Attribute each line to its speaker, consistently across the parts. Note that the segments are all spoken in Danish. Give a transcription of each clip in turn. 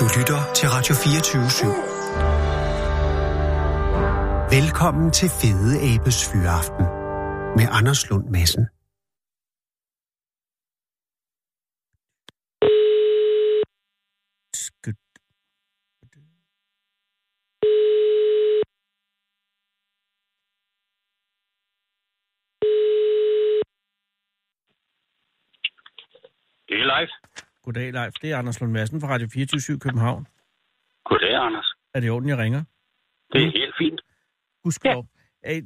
Speaker 1: Du lytter til Radio 24 /7. Velkommen til Fede Abes Fyraften med Anders Lund Madsen.
Speaker 2: Det er live.
Speaker 3: Goddag, Leif. Det er Anders Lund Madsen fra Radio 24 København.
Speaker 2: Goddag, Anders.
Speaker 3: Er det i orden, jeg ringer?
Speaker 2: Det
Speaker 3: Mm.
Speaker 2: er helt fint.
Speaker 3: Husk ja.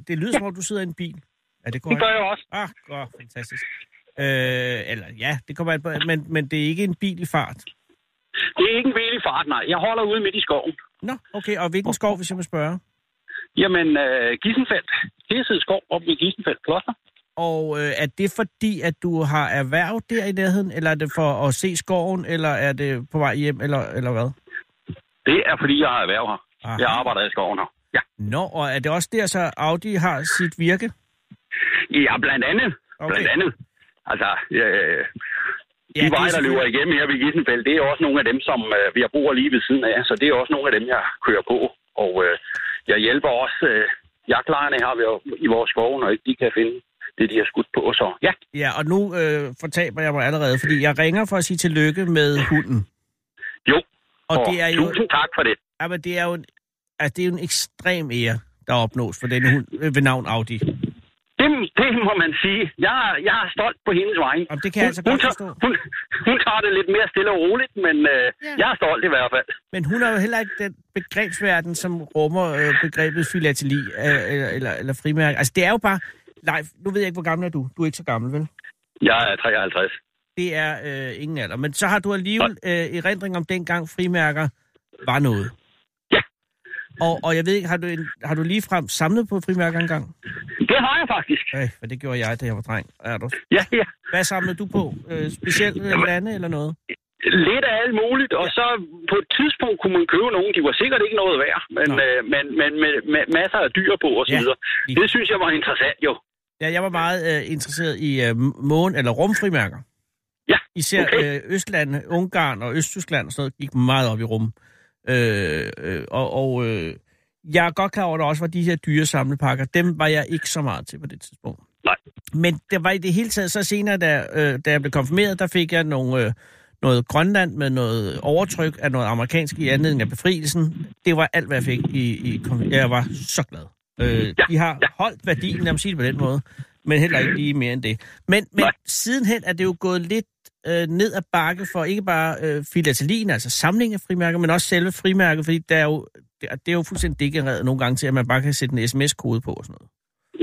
Speaker 3: Det lyder, som om du sidder i en bil. Er det
Speaker 2: Det
Speaker 3: korrekt?
Speaker 2: gør jeg også.
Speaker 3: Ah, godt. Fantastisk. Øh, eller ja, det kommer an på, men, men det er ikke en bil i fart.
Speaker 2: Det er ikke en bil i fart, nej. Jeg holder ude midt i skoven.
Speaker 3: Nå, okay. Og hvilken skov, hvis jeg må spørge?
Speaker 2: Jamen, øh, Gissenfeldt. Hirsede skov op ved Gissenfeldt Kloster.
Speaker 3: Og øh, er det fordi, at du har erhverv der i nærheden, eller er det for at se skoven, eller er det på vej hjem, eller, eller hvad?
Speaker 2: Det er, fordi jeg har erhverv her.
Speaker 3: Aha.
Speaker 2: Jeg arbejder i skoven her. Ja.
Speaker 3: Nå, og er det også der, så Audi har sit virke?
Speaker 2: ja, blandt andet.
Speaker 3: Okay.
Speaker 2: Okay. Blandt andet. Altså, øh,
Speaker 3: Ja, det
Speaker 2: de
Speaker 3: er
Speaker 2: veje, der løber
Speaker 3: selvfølgelig-
Speaker 2: igennem her ved Gissenfeldt, det er også nogle af dem, som øh, jeg bor lige ved siden af. Så det er også nogle af dem, jeg kører på. Og øh, jeg hjælper også øh, jagtlejerne her ved, i vores skove, når ikke de kan finde det, de har skudt på. Så ja,
Speaker 3: Ja, og nu øh, fortaber jeg mig allerede, fordi jeg ringer for at sige tillykke med hunden.
Speaker 2: jo.
Speaker 3: Og det er jo,
Speaker 2: Tusind tak for det.
Speaker 3: ja, men det er jo, en, altså, det er jo en ekstrem ære, der opnås for denne hund øh, ved navn Audi.
Speaker 2: Det, det må man sige. Jeg, er- jeg er stolt på hendes vegne.
Speaker 3: Jamen, det kan jeg altså godt
Speaker 2: tager,
Speaker 3: forstå.
Speaker 2: Hun, hun tager det lidt mere stille og roligt, men øh,
Speaker 3: Ja.
Speaker 2: ja. jeg er stolt i hvert fald.
Speaker 3: Men hun er jo heller ikke den begrebsverden, som rummer øh, begrebet filateli øh, eller, eller, eller frimærke. Altså, det er jo bare... Nej, nu ved jeg ikke, hvor gammel er du. Du er ikke så gammel, vel?
Speaker 2: Jeg er 53.
Speaker 3: Det er øh, ingen alder. Men så har du alligevel øh, erindring om dengang frimærker var noget.
Speaker 2: Ja.
Speaker 3: Og, og jeg ved ikke, har du, en, har du ligefrem samlet på frimærker engang?
Speaker 2: Det har jeg faktisk.
Speaker 3: Øh, for det gjorde jeg, da jeg var dreng. Er du?
Speaker 2: Ja, ja.
Speaker 3: Hvad samlede du på? Øh, specielt øh, lande eller noget?
Speaker 2: Lidt af alt muligt, og så på et tidspunkt kunne man købe nogen. De var sikkert ikke noget værd, men,
Speaker 3: Nå.
Speaker 2: øh, men, men med, med masser af dyr på og så
Speaker 3: Ja,
Speaker 2: videre.
Speaker 3: lige.
Speaker 2: Det synes jeg var interessant jo.
Speaker 3: Ja, jeg var meget øh, interesseret i øh, månen eller rumfrimærker.
Speaker 2: Ja,
Speaker 3: Især
Speaker 2: okay.
Speaker 3: øh, Østland, Ungarn og Østtyskland og sådan noget gik meget op i rum. Øh, øh, og og øh, jeg er godt klar over, at der også var de her dyre samlepakker. Dem var jeg ikke så meget til på det tidspunkt.
Speaker 2: Nej.
Speaker 3: Men det var i det hele taget så senere, da, øh, da jeg blev konfirmeret, der fik jeg nogle, øh, noget Grønland med noget overtryk af noget amerikansk i anledning af befrielsen. Det var alt, hvad jeg fik i, i konfirm- Jeg var så glad. Øh,
Speaker 2: Ja,
Speaker 3: de har holdt værdien, lad mig sige det på den måde, men heller ikke lige mere end det. Men, men
Speaker 2: Nej.
Speaker 3: sidenhen er det jo gået lidt øh, ned ad bakke for ikke bare øh, filatelien, altså samling af frimærker, men også selve frimærket, fordi der er jo, det, er- det er jo fuldstændig degenereret nogle gange til, at man bare kan sætte en sms-kode på og sådan noget.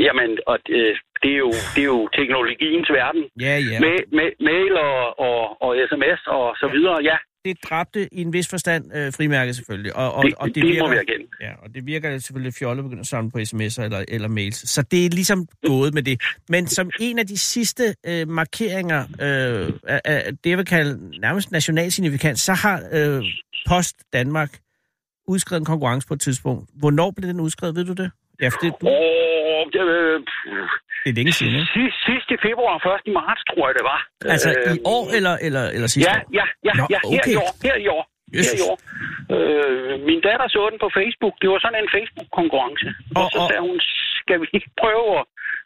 Speaker 2: Jamen, og øh, det, er jo, det er jo teknologiens verden.
Speaker 3: Ja, ja.
Speaker 2: Ma- ma- mail og, og, og sms og så videre, ja.
Speaker 3: det dræbte i en vis forstand øh, frimærket selvfølgelig. Og, og,
Speaker 2: Det,
Speaker 3: og det,
Speaker 2: det
Speaker 3: virker,
Speaker 2: må vi erkende.
Speaker 3: Ja, og det virker selvfølgelig fjollet at begynde at samle på sms'er eller, eller mails. Så det er ligesom gået med det. Men som en af de sidste øh, markeringer øh, af, af det, jeg vil kalde nærmest national signifikans, så har øh, Post Danmark udskrevet en konkurrence på et tidspunkt. Hvornår blev den udskrevet, ved du det? Ja, for det, du,
Speaker 2: Åh, det, øh, pff,
Speaker 3: det er længe siden, ikke?
Speaker 2: sidst, sidst i februar, først i marts, tror jeg, det var.
Speaker 3: Altså
Speaker 2: Øh,
Speaker 3: i år eller, eller, eller sidste
Speaker 2: Ja,
Speaker 3: år?
Speaker 2: ja, ja,
Speaker 3: Nå,
Speaker 2: ja, her
Speaker 3: okay.
Speaker 2: i år, her i år. Her
Speaker 3: Jesus.
Speaker 2: i år. Øh, min datter så den på Facebook. Det var sådan en Facebook-konkurrence. Og,
Speaker 3: Og-
Speaker 2: så
Speaker 3: og-
Speaker 2: sagde hun, skal vi ikke prøve at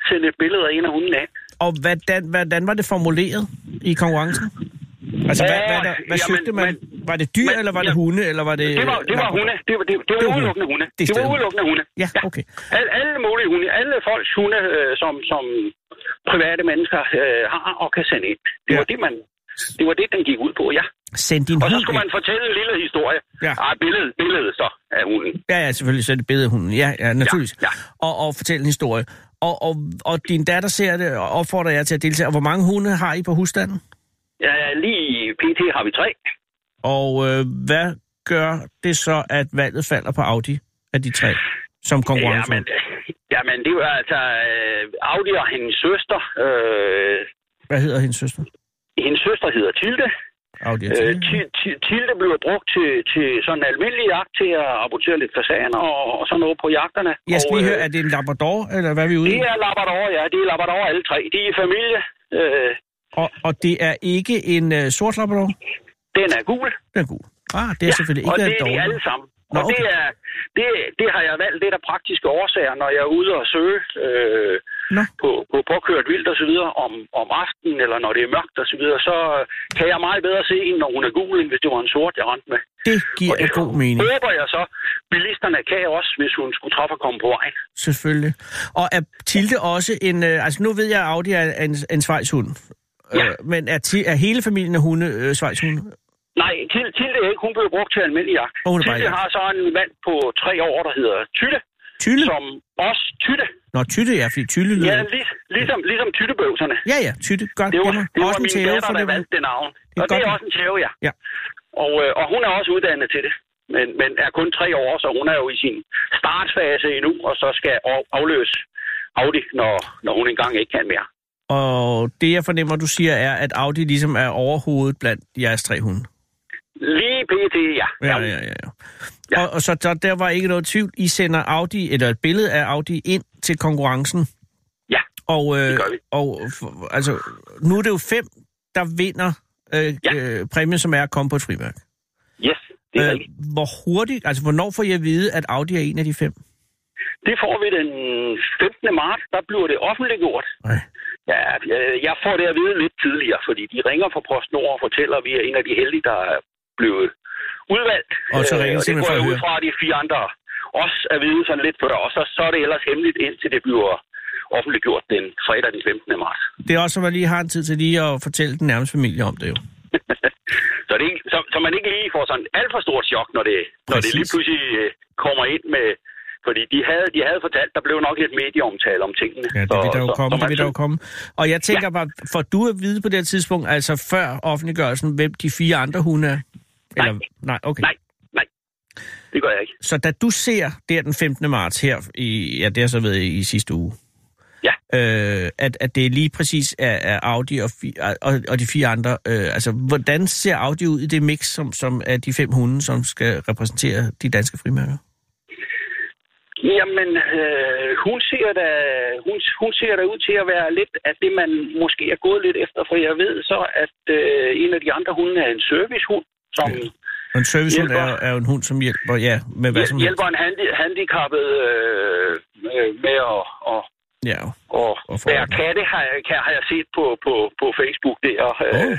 Speaker 2: sende et billede af en af hunden af?
Speaker 3: Og hvordan, hvordan var det formuleret i konkurrencen? Altså, hvad,
Speaker 2: Åh,
Speaker 3: hvad, der, hvad
Speaker 2: jamen,
Speaker 3: søgte man? Var det dyr,
Speaker 2: men-
Speaker 3: eller var det
Speaker 2: ja.
Speaker 3: hunde, eller var det...
Speaker 2: Det var, det var
Speaker 3: øh,
Speaker 2: hunde. Det var, det, det
Speaker 3: Det
Speaker 2: var
Speaker 3: var hunde.
Speaker 2: udelukkende hunde.
Speaker 3: Det er
Speaker 2: Det var
Speaker 3: stadig-
Speaker 2: udelukkende hunde.
Speaker 3: Ja, okay.
Speaker 2: Alle, alle mulige hunde. Alle folks hunde, øh, som, som private mennesker øh, har og kan sende ind. Det
Speaker 3: Ja.
Speaker 2: var det, man... Det var det, den gik ud på, ja.
Speaker 3: Send din
Speaker 2: Og så
Speaker 3: hund
Speaker 2: skulle man fortælle en lille historie.
Speaker 3: Ja.
Speaker 2: Ja. Ej, billedet, billedet så af hunden.
Speaker 3: Ja, ja, selvfølgelig. Så er det bedehunden. Ja, ja, naturligvis.
Speaker 2: ja.
Speaker 3: Og, og fortælle en historie. Og, og, og din datter ser det, og opfordrer jer til at deltage. Og hvor mange hunde har I på husstanden?
Speaker 2: Ja, ja, lige i PT har vi tre.
Speaker 3: Og øh, hvad gør det så, at valget falder på Audi af de tre som konkurrence?
Speaker 2: Jamen, jamen, det var altså øh, Audi og hendes søster. Øh,
Speaker 3: Hvad hedder hendes søster?
Speaker 2: hendes søster hedder Tilde.
Speaker 3: Audi og
Speaker 2: Øh,
Speaker 3: Tilde.
Speaker 2: Ti- Ti- Tilde bliver brugt til, til sådan en almindelig jagt til at rapportere lidt fasaner og, og sådan noget på jagterne.
Speaker 3: Jeg skal
Speaker 2: og,
Speaker 3: lige høre,
Speaker 2: øh,
Speaker 3: er det en Labrador, eller hvad er vi ude i?
Speaker 2: Det er Labrador, ja. Det er Labrador alle tre. De er i familie. Øh,
Speaker 3: Og, og det er ikke en øh, sort Labrador?
Speaker 2: den er gul.
Speaker 3: Den er god. Ah, det er ja, selvfølgelig ikke
Speaker 2: og det er de
Speaker 3: dårligt.
Speaker 2: alle sammen.
Speaker 3: Nå,
Speaker 2: Nå, og det, er, det, det har jeg valgt lidt af praktiske årsager, når jeg er ude og søge øh,
Speaker 3: Nå.
Speaker 2: på, på påkørt vildt osv. Om, om aftenen, eller når det er mørkt osv., så, videre, så øh, kan jeg meget bedre se en, når hun er gul, end hvis det var en sort, jeg rendte med.
Speaker 3: Det giver
Speaker 2: Og det-
Speaker 3: god mening.
Speaker 2: Håber jeg så, bilisterne kan også, hvis hun skulle træffe at komme på vejen.
Speaker 3: Selvfølgelig. Og er Tilde også en... Øh, altså, nu ved jeg, at Audi er en, en svejshund.
Speaker 2: Ja.
Speaker 3: Øh, men er, ti, er hele familien af hunde øh, svejshunde?
Speaker 2: Nej, til, til det ikke. Hun blev brugt til almindelig jagt.
Speaker 3: Og hun er bare
Speaker 2: Tilde
Speaker 3: jagt.
Speaker 2: har så en mand på tre år, der hedder Tytte,
Speaker 3: Tylle?
Speaker 2: som også Tytte.
Speaker 3: Nå, tytte, ja, fordi tylle lyder...
Speaker 2: Ja, lig, ligesom, ligesom Tyttebøvserne.
Speaker 3: Ja, ja, tytte. Godt.
Speaker 2: Det var,
Speaker 3: gemmer.
Speaker 2: det var
Speaker 3: Også en
Speaker 2: min
Speaker 3: tæve
Speaker 2: datter,
Speaker 3: for
Speaker 2: der
Speaker 3: det.
Speaker 2: valgte det navn.
Speaker 3: er
Speaker 2: og det
Speaker 3: godt.
Speaker 2: er også en tæve, ja.
Speaker 3: Ja.
Speaker 2: Og, øh, og hun er også uddannet til det. Men, men er kun tre år, så hun er jo i sin startfase endnu, og så skal af- afløse Audi, når, når hun engang ikke kan mere.
Speaker 3: Og det, jeg fornemmer, du siger, er, at Audi ligesom er overhovedet blandt jeres tre hunde.
Speaker 2: Lige pt. ja.
Speaker 3: Ja, ja, ja. ja. Og, og så der, der var ikke noget tvivl. I sender Audi, eller et billede af Audi ind til konkurrencen.
Speaker 2: Ja,
Speaker 3: og, øh,
Speaker 2: det gør vi.
Speaker 3: Og f- altså, nu er det jo fem, der vinder øh,
Speaker 2: Ja.
Speaker 3: ja. øh, præmien, som er at komme på et frimærk.
Speaker 2: Yes, det er øh,
Speaker 3: hvor hurtigt, altså hvornår får jeg at vide, at Audi er en af de fem?
Speaker 2: Det får vi den 15. marts, der bliver det offentliggjort.
Speaker 3: Nej.
Speaker 2: Ja, øh, jeg får det at vide lidt tidligere, fordi de ringer fra PostNord og fortæller, at vi er en af de heldige, der er blevet udvalgt.
Speaker 3: Og så
Speaker 2: Øh,
Speaker 3: ringer de
Speaker 2: det
Speaker 3: simpelthen
Speaker 2: går
Speaker 3: for
Speaker 2: jeg
Speaker 3: at
Speaker 2: ud
Speaker 3: høre.
Speaker 2: fra, at de fire andre også er vide sådan lidt før, og så, så er det ellers hemmeligt, indtil det bliver offentliggjort den fredag den 15. marts.
Speaker 3: Det er også, som man lige har en tid til lige at fortælle den nærmeste familie om det jo.
Speaker 2: Så, det, er ikke- så, så man ikke lige får sådan alt for stort chok, når det, når det
Speaker 3: Præcis.
Speaker 2: lige pludselig øh, kommer ind med... Fordi de havde, de havde fortalt, der blev nok lidt medieomtale om tingene.
Speaker 3: Ja, det
Speaker 2: Så-
Speaker 3: vil der jo
Speaker 2: så-
Speaker 3: komme,
Speaker 2: så
Speaker 3: det
Speaker 2: man
Speaker 3: vil der jo
Speaker 2: synes-
Speaker 3: komme. Og jeg tænker bare, får du at vide på det her tidspunkt, altså før offentliggørelsen, hvem de fire andre hunde er? Eller,
Speaker 2: Nej.
Speaker 3: nej, okay.
Speaker 2: Nej, nej. Det gør jeg ikke.
Speaker 3: Så da du ser der den 15. marts her, i, ja, det har så været i sidste uge,
Speaker 2: Ja.
Speaker 3: øh, at, at det lige præcis er, er Audi og, fi, og, og de fire andre, øh, altså hvordan ser Audi ud i det mix, som, som er de fem hunde, som skal repræsentere de danske frimærker?
Speaker 2: Jamen, øh, hun, ser da, hun, hun ser da ud til at være lidt af det, man måske er gået lidt efter, for jeg ved så, at øh, en af de andre hunde er en servicehund, som
Speaker 3: Ja. Og en servicehund er,
Speaker 2: Hjælper.
Speaker 3: er jo en hund, som hjælper, ja, med hvad
Speaker 2: hjæl-
Speaker 3: som helst.
Speaker 2: hjælper en handi- handicappet øh, øh, med at, at,
Speaker 3: Ja, jo.
Speaker 2: at,
Speaker 3: Og
Speaker 2: at
Speaker 3: få
Speaker 2: være
Speaker 3: den.
Speaker 2: katte, har jeg, kan- har jeg set på, på, på Facebook der. Øh,
Speaker 3: Åh.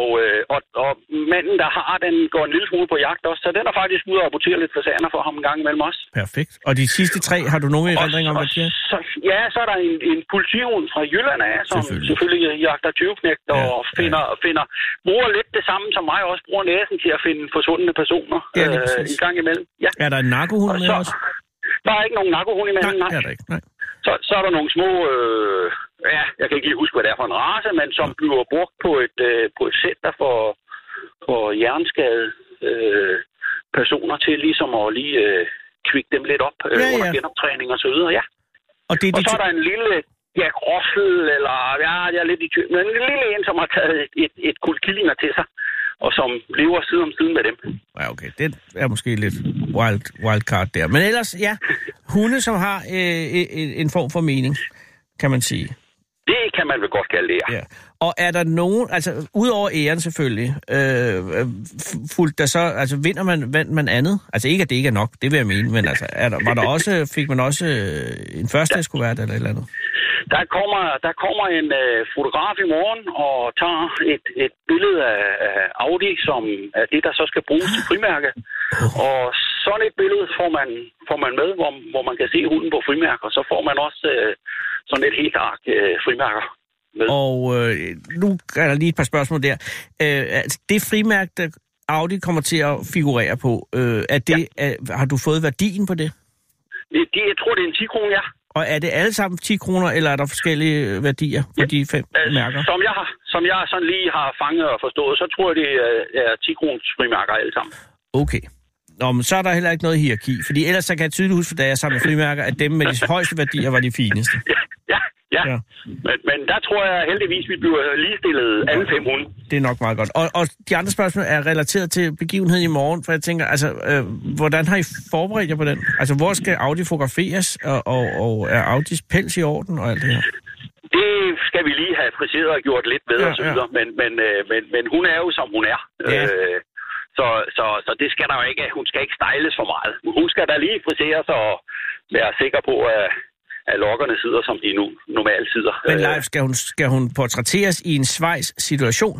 Speaker 2: og, øh, og, og manden, der har den, går en lille smule på jagt også, så den er faktisk ude og rapportere lidt fasaner for ham en gang imellem også.
Speaker 3: perfekt. Og de sidste tre, har du nogen erindringer om,
Speaker 2: Og-
Speaker 3: hvad de er?
Speaker 2: og så- Ja, så er der en, en politihund fra Jylland af, som
Speaker 3: Selvfølgelig.
Speaker 2: selvfølgelig, selvfølgelig jagter tyveknægt og
Speaker 3: Ja,
Speaker 2: ja, finder, ja. finder, bruger lidt det samme som mig også, bruger næsen til at finde forsvundne personer
Speaker 3: Ja, lige
Speaker 2: øh,
Speaker 3: præcis.
Speaker 2: en gang imellem. Ja,
Speaker 3: Er der en narkohund
Speaker 2: og
Speaker 3: med
Speaker 2: så,
Speaker 3: også?
Speaker 2: der er ikke nogen narkohund
Speaker 3: Nej,
Speaker 2: imellem, nej.
Speaker 3: det er der ikke. Nej.
Speaker 2: Så, så er der nogle små, øh, ja, jeg kan ikke lige huske, hvad det er for en race, men som bliver brugt på et, øh, på et center for, for hjerneskadede øh, personer til ligesom at lige øh, kvikke dem lidt op øh,
Speaker 3: Ja,
Speaker 2: ja, under
Speaker 3: ja.
Speaker 2: genoptræning og så videre, ja.
Speaker 3: Og det er
Speaker 2: Og
Speaker 3: de
Speaker 2: så
Speaker 3: to...
Speaker 2: er der en lille Jack Russell, eller ja, jeg er lidt i tvivl, men en lille en, som har taget et, et, et kul killinger til sig, og som lever side om side med dem.
Speaker 3: Ja, okay. Det er måske lidt wild, wildcard der. Men ellers, ja, hunde, som har øh, en, en form for mening, kan man sige.
Speaker 2: Det kan man vel godt kalde det, ja.
Speaker 3: Ja. Og er der nogen, altså udover æren selvfølgelig, øh, øh, f- fulgte der så, altså vinder man, vandt man andet? Altså ikke, at det ikke er nok, det vil jeg mene, men altså, er der, var der også, fik man også øh, en førstedagskuvert eller et eller andet?
Speaker 2: Der kommer, der kommer en øh, fotograf i morgen og tager et, et billede af, af Audi, som er det, der så skal bruges til frimærke. Og sådan et billede får man, får man med, hvor, hvor man kan se hunden på frimærker, og så får man også øh, sådan et helt ark øh, frimærker.
Speaker 3: Og øh, nu er der lige et par spørgsmål der. Øh, altså, det frimærke, der Audi kommer til at figurere på, øh, er det, er, har du fået værdien på det?
Speaker 2: Det, det, jeg tror, det er en 10 kroner, ja.
Speaker 3: Og er det alle sammen 10 kroner, eller er der forskellige øh, værdier på ja. de fem
Speaker 2: Øh,
Speaker 3: mærker?
Speaker 2: Som jeg, har- som jeg sådan lige har fanget og forstået, så tror jeg, det er, er 10 kroners frimærker alle sammen.
Speaker 3: Okay. Nå, men så er der heller ikke noget hierarki, fordi ellers så kan jeg tydeligt huske, da jeg samlede frimærker, at dem med de højeste værdier var de fineste.
Speaker 2: Ja, ja, ja.
Speaker 3: Ja.
Speaker 2: ja. Men, men der tror jeg heldigvis, vi bliver ligestillet alle fem hunde.
Speaker 3: Det er nok meget godt. Og, og de andre spørgsmål er relateret til begivenheden i morgen, for jeg tænker, altså, øh, hvordan har I forberedt jer på den? Altså, hvor skal Audi fotograferes, og, og, og er Audis pels i orden og alt det her?
Speaker 2: Det skal vi lige have friseret og gjort lidt
Speaker 3: Ja,
Speaker 2: bedre ja, osv.,
Speaker 3: ja.
Speaker 2: ja. men, men, øh, men, men hun er jo, som hun er.
Speaker 3: Ja.
Speaker 2: Øh, Så, så, så det skal der jo ikke. Hun skal ikke stejles for meget. Hun skal da lige frisere sig og være sikker på, at, at lokkerne sidder, som de nu normalt sidder.
Speaker 3: Men Leif, skal hun, skal hun portrætteres i en svejs situation?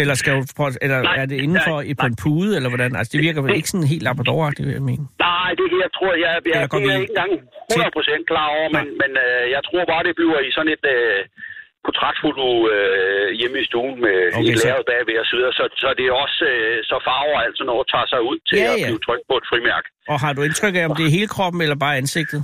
Speaker 3: Eller, skal hun, port- eller
Speaker 2: Nej,
Speaker 3: er det indenfor
Speaker 2: nej,
Speaker 3: i på en pude, eller hvordan? Altså, det virker vel ikke sådan helt labradoragtigt, vil jeg mene.
Speaker 2: Nej, det her tror jeg, jeg,
Speaker 3: Eller
Speaker 2: jeg,
Speaker 3: går
Speaker 2: det er
Speaker 3: vi-
Speaker 2: jeg ikke engang 100% klar over, men, men øh, jeg tror bare, det bliver i sådan et øh, portrætfoto øh, hjemme i stuen med
Speaker 3: Okay,
Speaker 2: okay, et
Speaker 3: så-
Speaker 2: lavet bagved og så videre, så, så det er også, øh, så farver og alt sådan noget tager sig ud til
Speaker 3: Ja,
Speaker 2: ja, at
Speaker 3: ja.
Speaker 2: blive trykt på et frimærk.
Speaker 3: Og har du indtryk af, om det er hele kroppen eller bare ansigtet?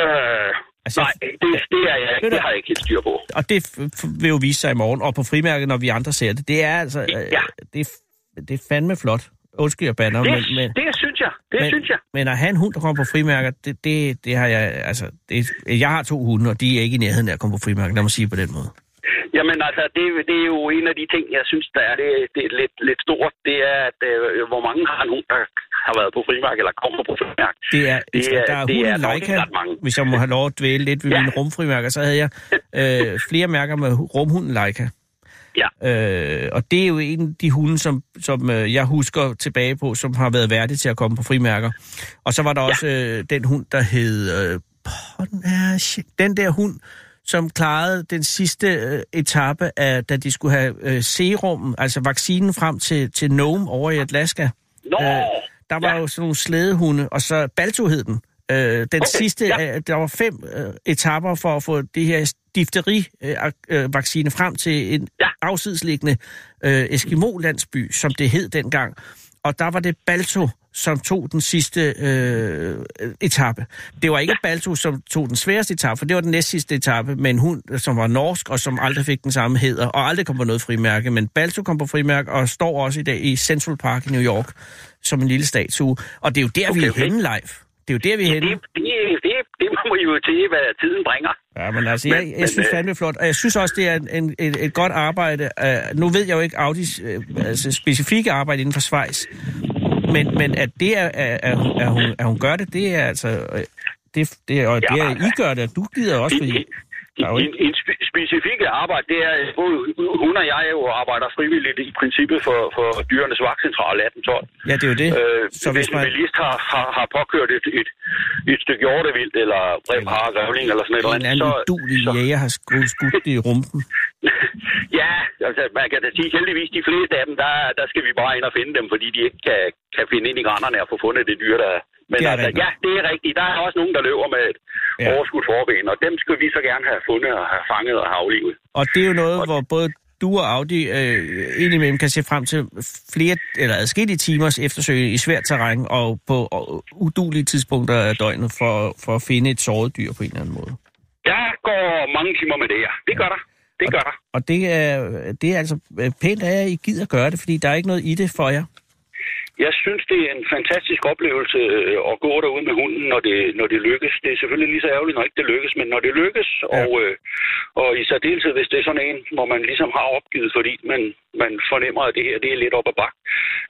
Speaker 2: Øh,
Speaker 3: Altså,
Speaker 2: nej, det, det, er jeg,
Speaker 3: Ved du-
Speaker 2: det har jeg ikke helt styr på.
Speaker 3: Og det f- f- vil jo vise sig i morgen, og på frimærket, når vi andre ser det. Det er altså... Øh,
Speaker 2: Ja.
Speaker 3: det, er f- det er fandme flot. Undskyld, jeg banner,
Speaker 2: Det,
Speaker 3: men... men
Speaker 2: det synes jeg, det
Speaker 3: men,
Speaker 2: synes jeg.
Speaker 3: men at have en hund, der kommer på frimærker, det, det, det har jeg, altså, det, jeg har to hunde, og de er ikke i nærheden af at komme på frimærker, lad mig sige det på den måde.
Speaker 2: Jamen altså, det, det er jo en af de ting, jeg synes, der er, det, det er lidt, lidt stort, det er, at øh, hvor mange har nogen, der har været på frimærk eller kommer på frimærk.
Speaker 3: Det er, det
Speaker 2: Det
Speaker 3: er,
Speaker 2: er-
Speaker 3: der er
Speaker 2: det er
Speaker 3: hunden
Speaker 2: nok
Speaker 3: Leica,
Speaker 2: ikke ret mange.
Speaker 3: hvis jeg må have lov at dvæle lidt ved ja.
Speaker 2: Ja.
Speaker 3: mine rumfrimærker, så havde jeg øh, flere mærker med hu- rumhunden Leica.
Speaker 2: Ja.
Speaker 3: Øh, og det er jo en af de hunde, som, som øh, jeg husker tilbage på, som har været værdig til at komme på frimærker. Og så var der ja. også øh, den hund, der hed... Øh, poh, den er shit, den der hund, som klarede den sidste øh, etape, af, da de skulle have øh, serummen, altså vaccinen frem til, til Nome over i Alaska.
Speaker 2: Nå!
Speaker 3: Øh, der var ja.
Speaker 2: Ja.
Speaker 3: jo sådan nogle slædehunde, og så Balto hed den. Øh, den okay,
Speaker 2: Okay,
Speaker 3: sidste, ja.
Speaker 2: ja.
Speaker 3: øh, der var fem øh, etapper for at få det her difterivaccine øh, vaccine frem til en ja.
Speaker 2: Ja.
Speaker 3: afsidesliggende øh, Eskimo-landsby, som det hed dengang. Og der var det Balto, som tog den sidste øh, etape. Det var ikke ja. Balto, som tog den sværeste etape, for det var den næst sidste etape, men hun, som var norsk, og som aldrig fik den samme heder, og aldrig kom på noget frimærke. Men Balto kom på frimærke, og står også i dag i Central Park i New York, som en lille statue. Og det er jo der, okay, vi er
Speaker 2: Okay,
Speaker 3: okay.
Speaker 2: okay.
Speaker 3: henne, live. Det er jo der, vi er
Speaker 2: Det,
Speaker 3: henne.
Speaker 2: det, det, det må I jo til, hvad tiden bringer.
Speaker 3: Ja, men altså, jeg, jeg
Speaker 2: men,
Speaker 3: synes
Speaker 2: øh,
Speaker 3: fandme det er flot, og jeg synes også, det er en, en, et, et godt arbejde. Uh, nu ved jeg jo ikke Audis uh, altså, specifikke arbejde inden for Schweiz, men, men at det er, at, at, at, hun, at hun gør det, det er altså... øh, Det, det, og det er, I gør det, og du gider også,
Speaker 2: En,
Speaker 3: fordi...
Speaker 2: en, en, en spe- specifikke arbejde, det er, at både hun og jeg jo arbejder frivilligt i princippet for, for dyrenes vagtcentral 1812.
Speaker 3: Ja, det er jo det.
Speaker 2: Øh,
Speaker 3: Så hvis
Speaker 2: en
Speaker 3: man...
Speaker 2: bilist har, har, har påkørt et, et, et stykke hjortevildt, eller brevhar, revling, eller sådan et
Speaker 3: En
Speaker 2: eller
Speaker 3: eller
Speaker 2: andet, så,
Speaker 3: anden udulig
Speaker 2: så,
Speaker 3: jæger har skudt, skudt det i rumpen.
Speaker 2: ja, altså, man kan da sige, heldigvis de fleste af dem, der, der skal vi bare ind og finde dem, fordi de ikke kan, kan finde ind i grænderne og få fundet det dyr, der er. Men
Speaker 3: Det er
Speaker 2: altså,
Speaker 3: rigtigt.
Speaker 2: ja, det er rigtigt. Der er også nogen, der løber med et
Speaker 3: Ja.
Speaker 2: ja. overskudt forben, og dem skal vi så gerne have fundet og have fanget og have aflivet.
Speaker 3: Og det er jo noget, hvor både du og Audi øh, indimellem kan se frem til flere eller adskillige timers eftersøg i svært terræn og på og udulige tidspunkter af døgnet for, for at finde et såret dyr på en eller anden måde.
Speaker 2: Der går mange timer med det her. Det gør der. Det gør der.
Speaker 3: Og det er, det er altså pænt af jer, I gider gøre det, fordi der er ikke noget i det for jer.
Speaker 2: Jeg synes, det er en fantastisk oplevelse øh, at gå derude med hunden, når det, når det lykkes. Det er selvfølgelig lige så ærgerligt, når ikke det lykkes, men når det lykkes, ja. og, øh, og i særdeleshed, hvis det er sådan en, hvor man ligesom har opgivet, fordi man, man fornemmer, at det her det er lidt op ad bak,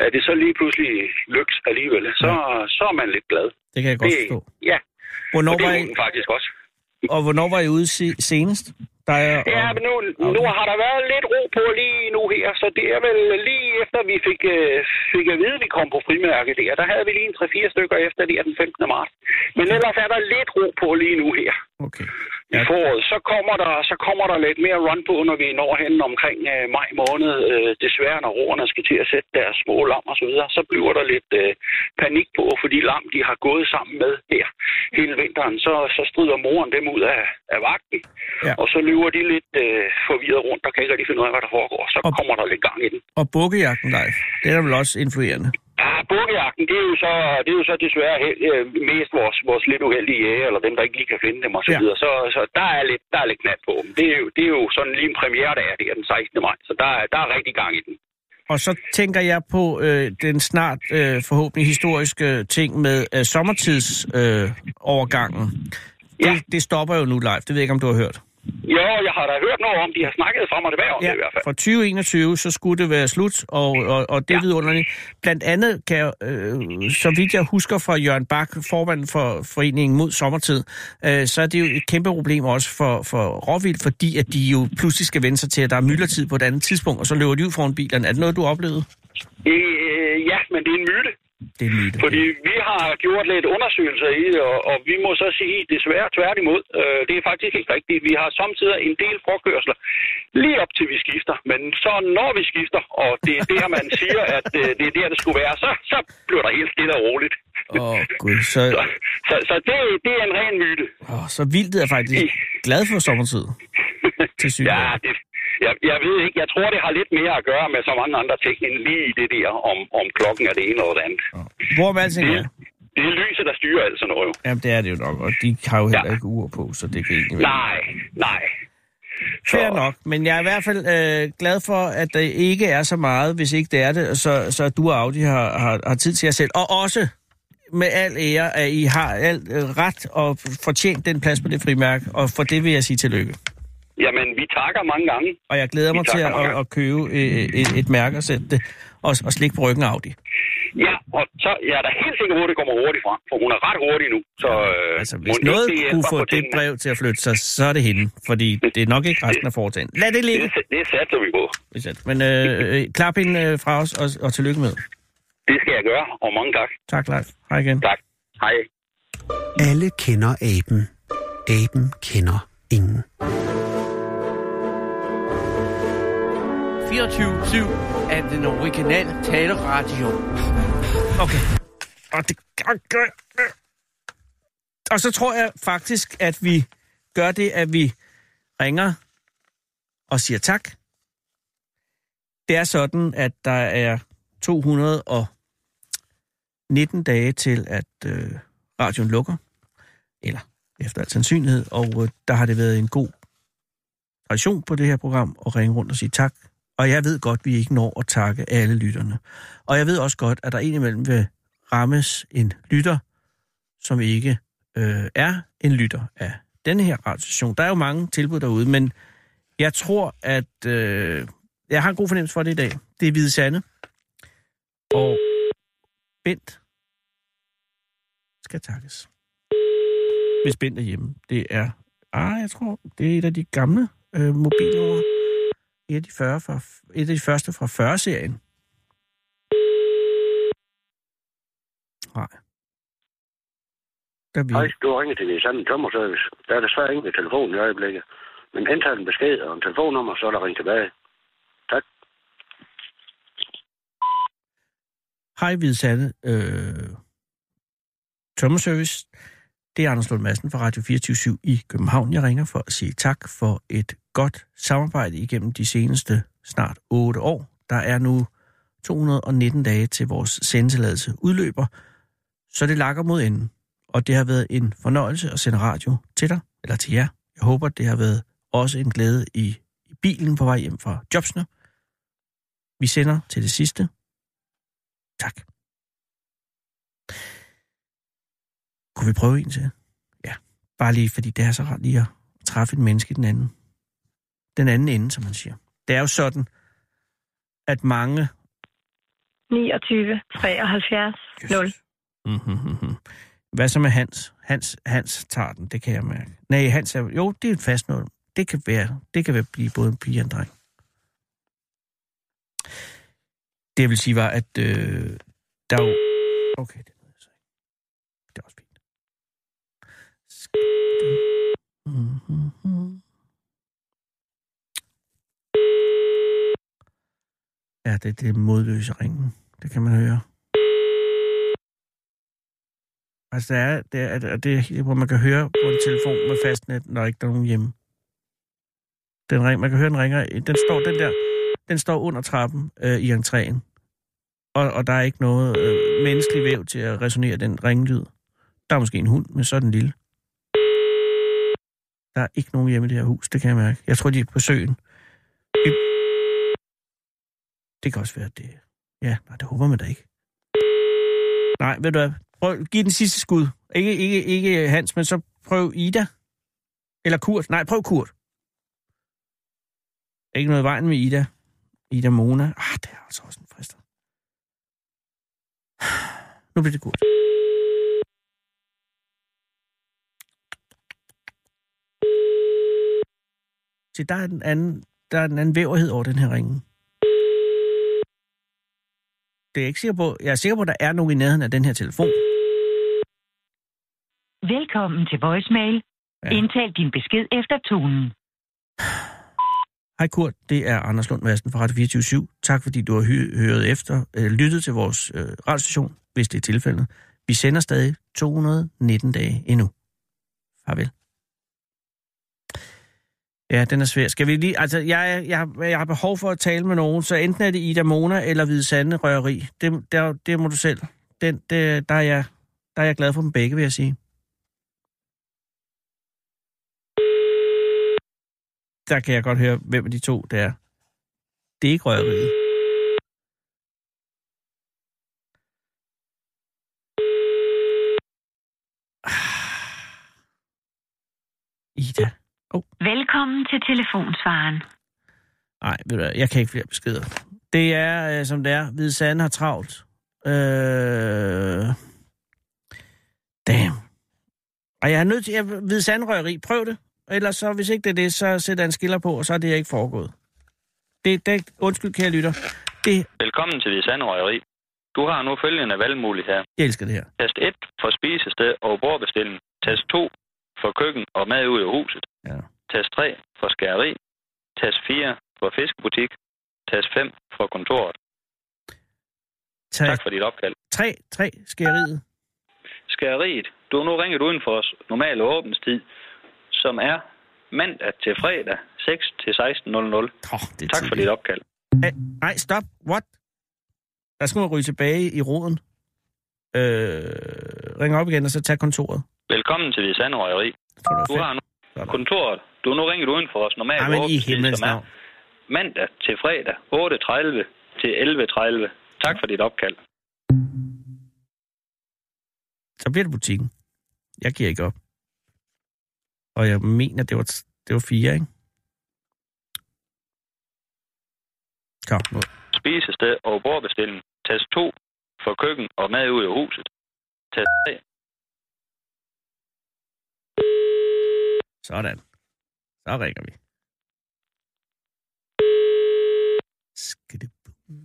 Speaker 2: at det så lige pludselig lykkes alligevel, så, så er man lidt glad.
Speaker 3: Det kan jeg godt
Speaker 2: det,
Speaker 3: forstå.
Speaker 2: Ja, og
Speaker 3: Hvornår
Speaker 2: det
Speaker 3: var
Speaker 2: er
Speaker 3: I,
Speaker 2: hunden faktisk også.
Speaker 3: og hvornår var I ude se, senest? Der er,
Speaker 2: Ja, men nu, nu har der været lidt ro på lige nu her, så det er vel lige efter, vi fik, øh, fik at vide, at vi kom på frimærke der. Der havde vi lige en 3-4 stykker efter det er den 15. marts. Men ellers er der lidt ro på lige nu her
Speaker 3: okay.
Speaker 2: i
Speaker 3: Ja.
Speaker 2: foråret. Så kommer, der, så kommer der lidt mere run på, når vi når hen omkring øh, maj måned. Øh, desværre, når roerne skal til at sætte deres små lam og så videre, så bliver der lidt øh, panik på, fordi lam, de har gået sammen med her hele vinteren. Så, så strider moren dem ud af, af vagten,
Speaker 3: Ja.
Speaker 2: ja. og så løber de lidt øh, forvirret rundt, og kan ikke rigtig finde ud af, hvad der foregår. Så
Speaker 3: Og-
Speaker 2: kommer der lidt gang i den.
Speaker 3: Og bukkejagten live, det er da vel også influerende.
Speaker 2: Ja, bukkejagten, det er jo så, det er jo så desværre he- øh, mest vores, vores lidt uheldige jæger, eller dem, der ikke lige kan finde dem og så
Speaker 3: Ja.
Speaker 2: videre. Så, så der er lidt, der er lidt knap på dem. Det er, jo, det er jo sådan lige en premiere, der er det er den 16. maj, så der, er- der er rigtig gang i den.
Speaker 3: Og så tænker jeg på øh, den snart øh, forhåbentlig historiske ting med øh, sommertidsovergangen. Øh, overgangen.
Speaker 2: Ja.
Speaker 3: det, det stopper jo nu live. Det ved jeg ikke, om du har hørt.
Speaker 2: Jo, jeg har da hørt noget om, de har snakket frem og tilbage om det i hvert fald.
Speaker 3: fra 2021, så skulle det være slut, og, og, og det er
Speaker 2: Ja.
Speaker 3: vidunderligt. Blandt andet kan jeg, øh, så vidt jeg husker fra Jørgen Bak, formanden for Foreningen mod Sommertid, øh, så er det jo et kæmpe problem også for, for råvildt, fordi at de jo pludselig skal vende sig til, at der er myldretid på et andet tidspunkt, og så løber de ud foran bilerne. Er det noget, du oplevede?
Speaker 2: Øh, ja, men det er en myte.
Speaker 3: Det er lidt.
Speaker 2: Fordi vi har gjort lidt undersøgelser i det, og, og vi må så sige desværre tværtimod. Øh, det er faktisk ikke rigtigt. Vi har samtidig en del påkørsler lige op til vi skifter. Men så når vi skifter, og det er der, man siger, at øh, det er der, det skulle være, så, så bliver der helt stille og roligt.
Speaker 3: Åh, oh, gud. Så,
Speaker 2: Så, så, så det, det er en ren myte.
Speaker 3: oh, så vildt er faktisk glad for sommertid. Til syge.
Speaker 2: Ja, det, jeg, jeg ved ikke. Jeg tror, det har lidt mere at gøre med så mange andre ting end lige det der om, om klokken er det ene eller det andet.
Speaker 3: Hvor med alting er?
Speaker 2: Det er lyset, der styrer altså noget. jo.
Speaker 3: Jamen, det er det jo nok, og de har jo heller
Speaker 2: Ja.
Speaker 3: ikke ur på, så det kan egentlig være.
Speaker 2: Nej, nej.
Speaker 3: Fair nok, men jeg er i hvert fald øh, glad for, at der ikke er så meget, hvis ikke det er det, så, så du og Audi har, har, har tid til jer selv. Og også med al ære, at I har alt øh, ret og fortjent den plads på det frimærke, og for det vil jeg sige tillykke.
Speaker 2: Jamen, vi takker mange gange.
Speaker 3: Og jeg glæder mig
Speaker 2: Vi
Speaker 3: til
Speaker 2: takker
Speaker 3: at,
Speaker 2: mange
Speaker 3: at, at købe øh, et, et mærke og sætte det, og, og slikke på ryggen af Audi.
Speaker 2: Ja, og så jeg er da helt sikker på, at det kommer hurtigt frem, for hun er ret hurtig nu. Så, øh,
Speaker 3: Altså,
Speaker 2: mon
Speaker 3: hvis
Speaker 2: ikke
Speaker 3: noget
Speaker 2: det
Speaker 3: kunne
Speaker 2: hjælper
Speaker 3: få
Speaker 2: på
Speaker 3: det
Speaker 2: tingene?
Speaker 3: brev til at flytte sig, så er det hende, fordi det er nok ikke resten af foretagendet. Lad det ligge.
Speaker 2: Det, det satser vi på.
Speaker 3: hvis at- Men øh, øh, klap hende øh, fra os, og, og tillykke med.
Speaker 2: Det skal jeg gøre, og mange tak.
Speaker 3: Tak, Leif. Hej igen.
Speaker 2: Tak. Hej.
Speaker 1: Alle kender aben. Aben kender ingen.
Speaker 4: 24-7 af den originale taleradio.
Speaker 3: Okay. Og, det, okay. og så tror jeg faktisk, at vi gør det, at vi ringer og siger tak. Det er sådan, at der er 219 dage til, at øh, radioen lukker. Eller efter al sandsynlighed. Og øh, der har det været en god tradition på det her program at ringe rundt og sige tak. Og jeg ved godt, vi ikke når at takke alle lytterne. Og jeg ved også godt, at der indimellem vil rammes en lytter, som ikke øh, er en lytter af denne her radiostation. Der er jo mange tilbud derude, men jeg tror, at øh, jeg har en god fornemmelse for det i dag. Det er Hvide Sande. Og Bent skal takkes. Hvis Bent er hjemme. Det er, ah, jeg tror, det er et af de gamle øh, mobilnumre. Et af de, 40 fra, et af de første fra 40-serien. Nej. Der er vi.
Speaker 5: Hej, du har ringet til Nissan Tømmerservice. Der er desværre ingen ved telefonen i øjeblikket. Men indtal en besked og en telefonnummer, så er der ring tilbage.
Speaker 3: Hej, Hvide Sande. Øh, tømmerservice. Det er Anders Lund Madsen fra Radio 24 i København. Jeg ringer for at sige tak for et godt samarbejde igennem de seneste snart 8 år. Der er nu 219 dage til vores sendetilladelse udløber, så det lakker mod enden. Og det har været en fornøjelse at sende radio til dig, eller til jer. Jeg håber, det har været også en glæde i, i bilen på vej hjem fra jobsene. Vi sender til det sidste. Tak. Kunne vi prøve en til? Ja, bare lige, fordi det er så rart lige at træffe et menneske i den anden. Den anden ende, som man siger. Det er jo sådan, at mange...
Speaker 6: 29, 73, 0.
Speaker 3: Mm-hmm. Hvad så med Hans? Hans? Hans tager den, det kan jeg mærke. Nej, Hans er... Jo, det er et fast nul. Det kan være, det kan være blive både en pige og en dreng. Det jeg vil sige var, at øh, der er jo... Okay, det ved jeg så ikke. Det er også fint. Skal det... Mhm. Ja, det er det modløse ringen. Det kan man høre. Altså, der er, det er, og det er, helt- hvor man kan høre på en telefon med fastnet, når ikke der er nogen hjemme. Den ring, man kan høre, den ringer. Den står, den der, den står under trappen øh, i entréen. Og, og der er ikke noget øh, menneskelig væv til at resonere den ringlyd. Der er måske en hund, men så er den lille. Der er ikke nogen hjemme i det her hus, det kan jeg mærke. Jeg tror, de er på søen. Det, det kan også være, at det... Ja, nej, det håber man da ikke. Nej, ved du hvad? Prøv, giv den sidste skud. Ikke, ikke, ikke Hans, men så prøv Ida. Eller Kurt. Nej, prøv Kurt. Ikke noget i vejen med Ida. Ida Mona. Ah, det er altså også en frister. Nu bliver det Kurt. Se, der er den anden, der er den anden væverhed over den her ringen. Det er jeg ikke sikker på. Jeg er sikker på, at der er nogen i nærheden af den her telefon.
Speaker 7: Velkommen til voicemail.
Speaker 3: Ja.
Speaker 7: Ja. Indtal din besked efter tonen.
Speaker 3: Hej Kurt, det er Anders Lund Madsen fra Radio 24 Tak fordi du har hy- hørt efter, øh, lyttet til vores øh, radiostation, hvis det er tilfældet. Vi sender stadig 219 dage endnu. Farvel. Ja, den er svær. Skal vi lige... Altså, jeg, jeg, jeg, har- jeg har behov for at tale med nogen, så enten er det Ida Mona eller Hvide Sande Røgeri. Det, der, det må du selv. Den, det, der, er jeg, der er jeg glad for dem begge, vil jeg sige. der kan jeg godt høre, hvem af de to det er. Det er ikke røgeriet. Ah. Ida.
Speaker 7: Velkommen til telefonsvaren.
Speaker 3: Nej, ved du hvad, jeg kan ikke flere beskeder. Det er, øh, som det er. Hvide Sande har travlt. Øh... Damn. Og jeg er nødt til... Jeg, Hvide Sande røgeri, prøv det. Ellers så, hvis ikke det er det, så sætter jeg en skiller på, og så er det ikke foregået. Det, det, undskyld, kære lytter. Det,
Speaker 8: Velkommen til Hvide Sande Røgeri. Du har nu følgende valgmuligheder.
Speaker 3: jeg elsker det her.
Speaker 8: Tast 1 for spisested og bordbestilling. Tast 2 for køkken og mad ud af huset.
Speaker 3: Ja.
Speaker 8: Tast 3 for skæreri. Tast 4 for fiskebutik. Tast 5 for kontoret.
Speaker 3: Tag
Speaker 8: Tak for dit opkald.
Speaker 3: tre, tre skæreriet.
Speaker 8: Skæreriet, du har nu ringet uden for vores normale åbningstid, som er mandag til fredag 6 til 16.00.
Speaker 3: Oh, det er
Speaker 8: Tak for dit
Speaker 3: tidligt.
Speaker 8: opkald.
Speaker 3: Nej, stop. What? Der skal man ryge tilbage i roden. Øh, ring op igen, og så tag kontoret.
Speaker 8: Velkommen til Hvide Sande Røgeri.
Speaker 3: Tror du,
Speaker 8: Du har nu
Speaker 3: Sådan.
Speaker 8: kontoret. Du har nu ringet uden for vores normale
Speaker 3: Nej, men i
Speaker 8: åbningstid,
Speaker 3: himlens
Speaker 8: som er
Speaker 3: navn.
Speaker 8: mandag til fredag 8.30 til 11.30. Tak for dit opkald.
Speaker 3: så bliver det butikken. Jeg giver ikke op. Og jeg mener, det var, det var fire, ikke? Kom nu.
Speaker 8: Spisested og bordbestilling. Tast 2 for køkken og mad ud af huset. Tast 3.
Speaker 3: Sådan. Så ringer vi. Skidebum.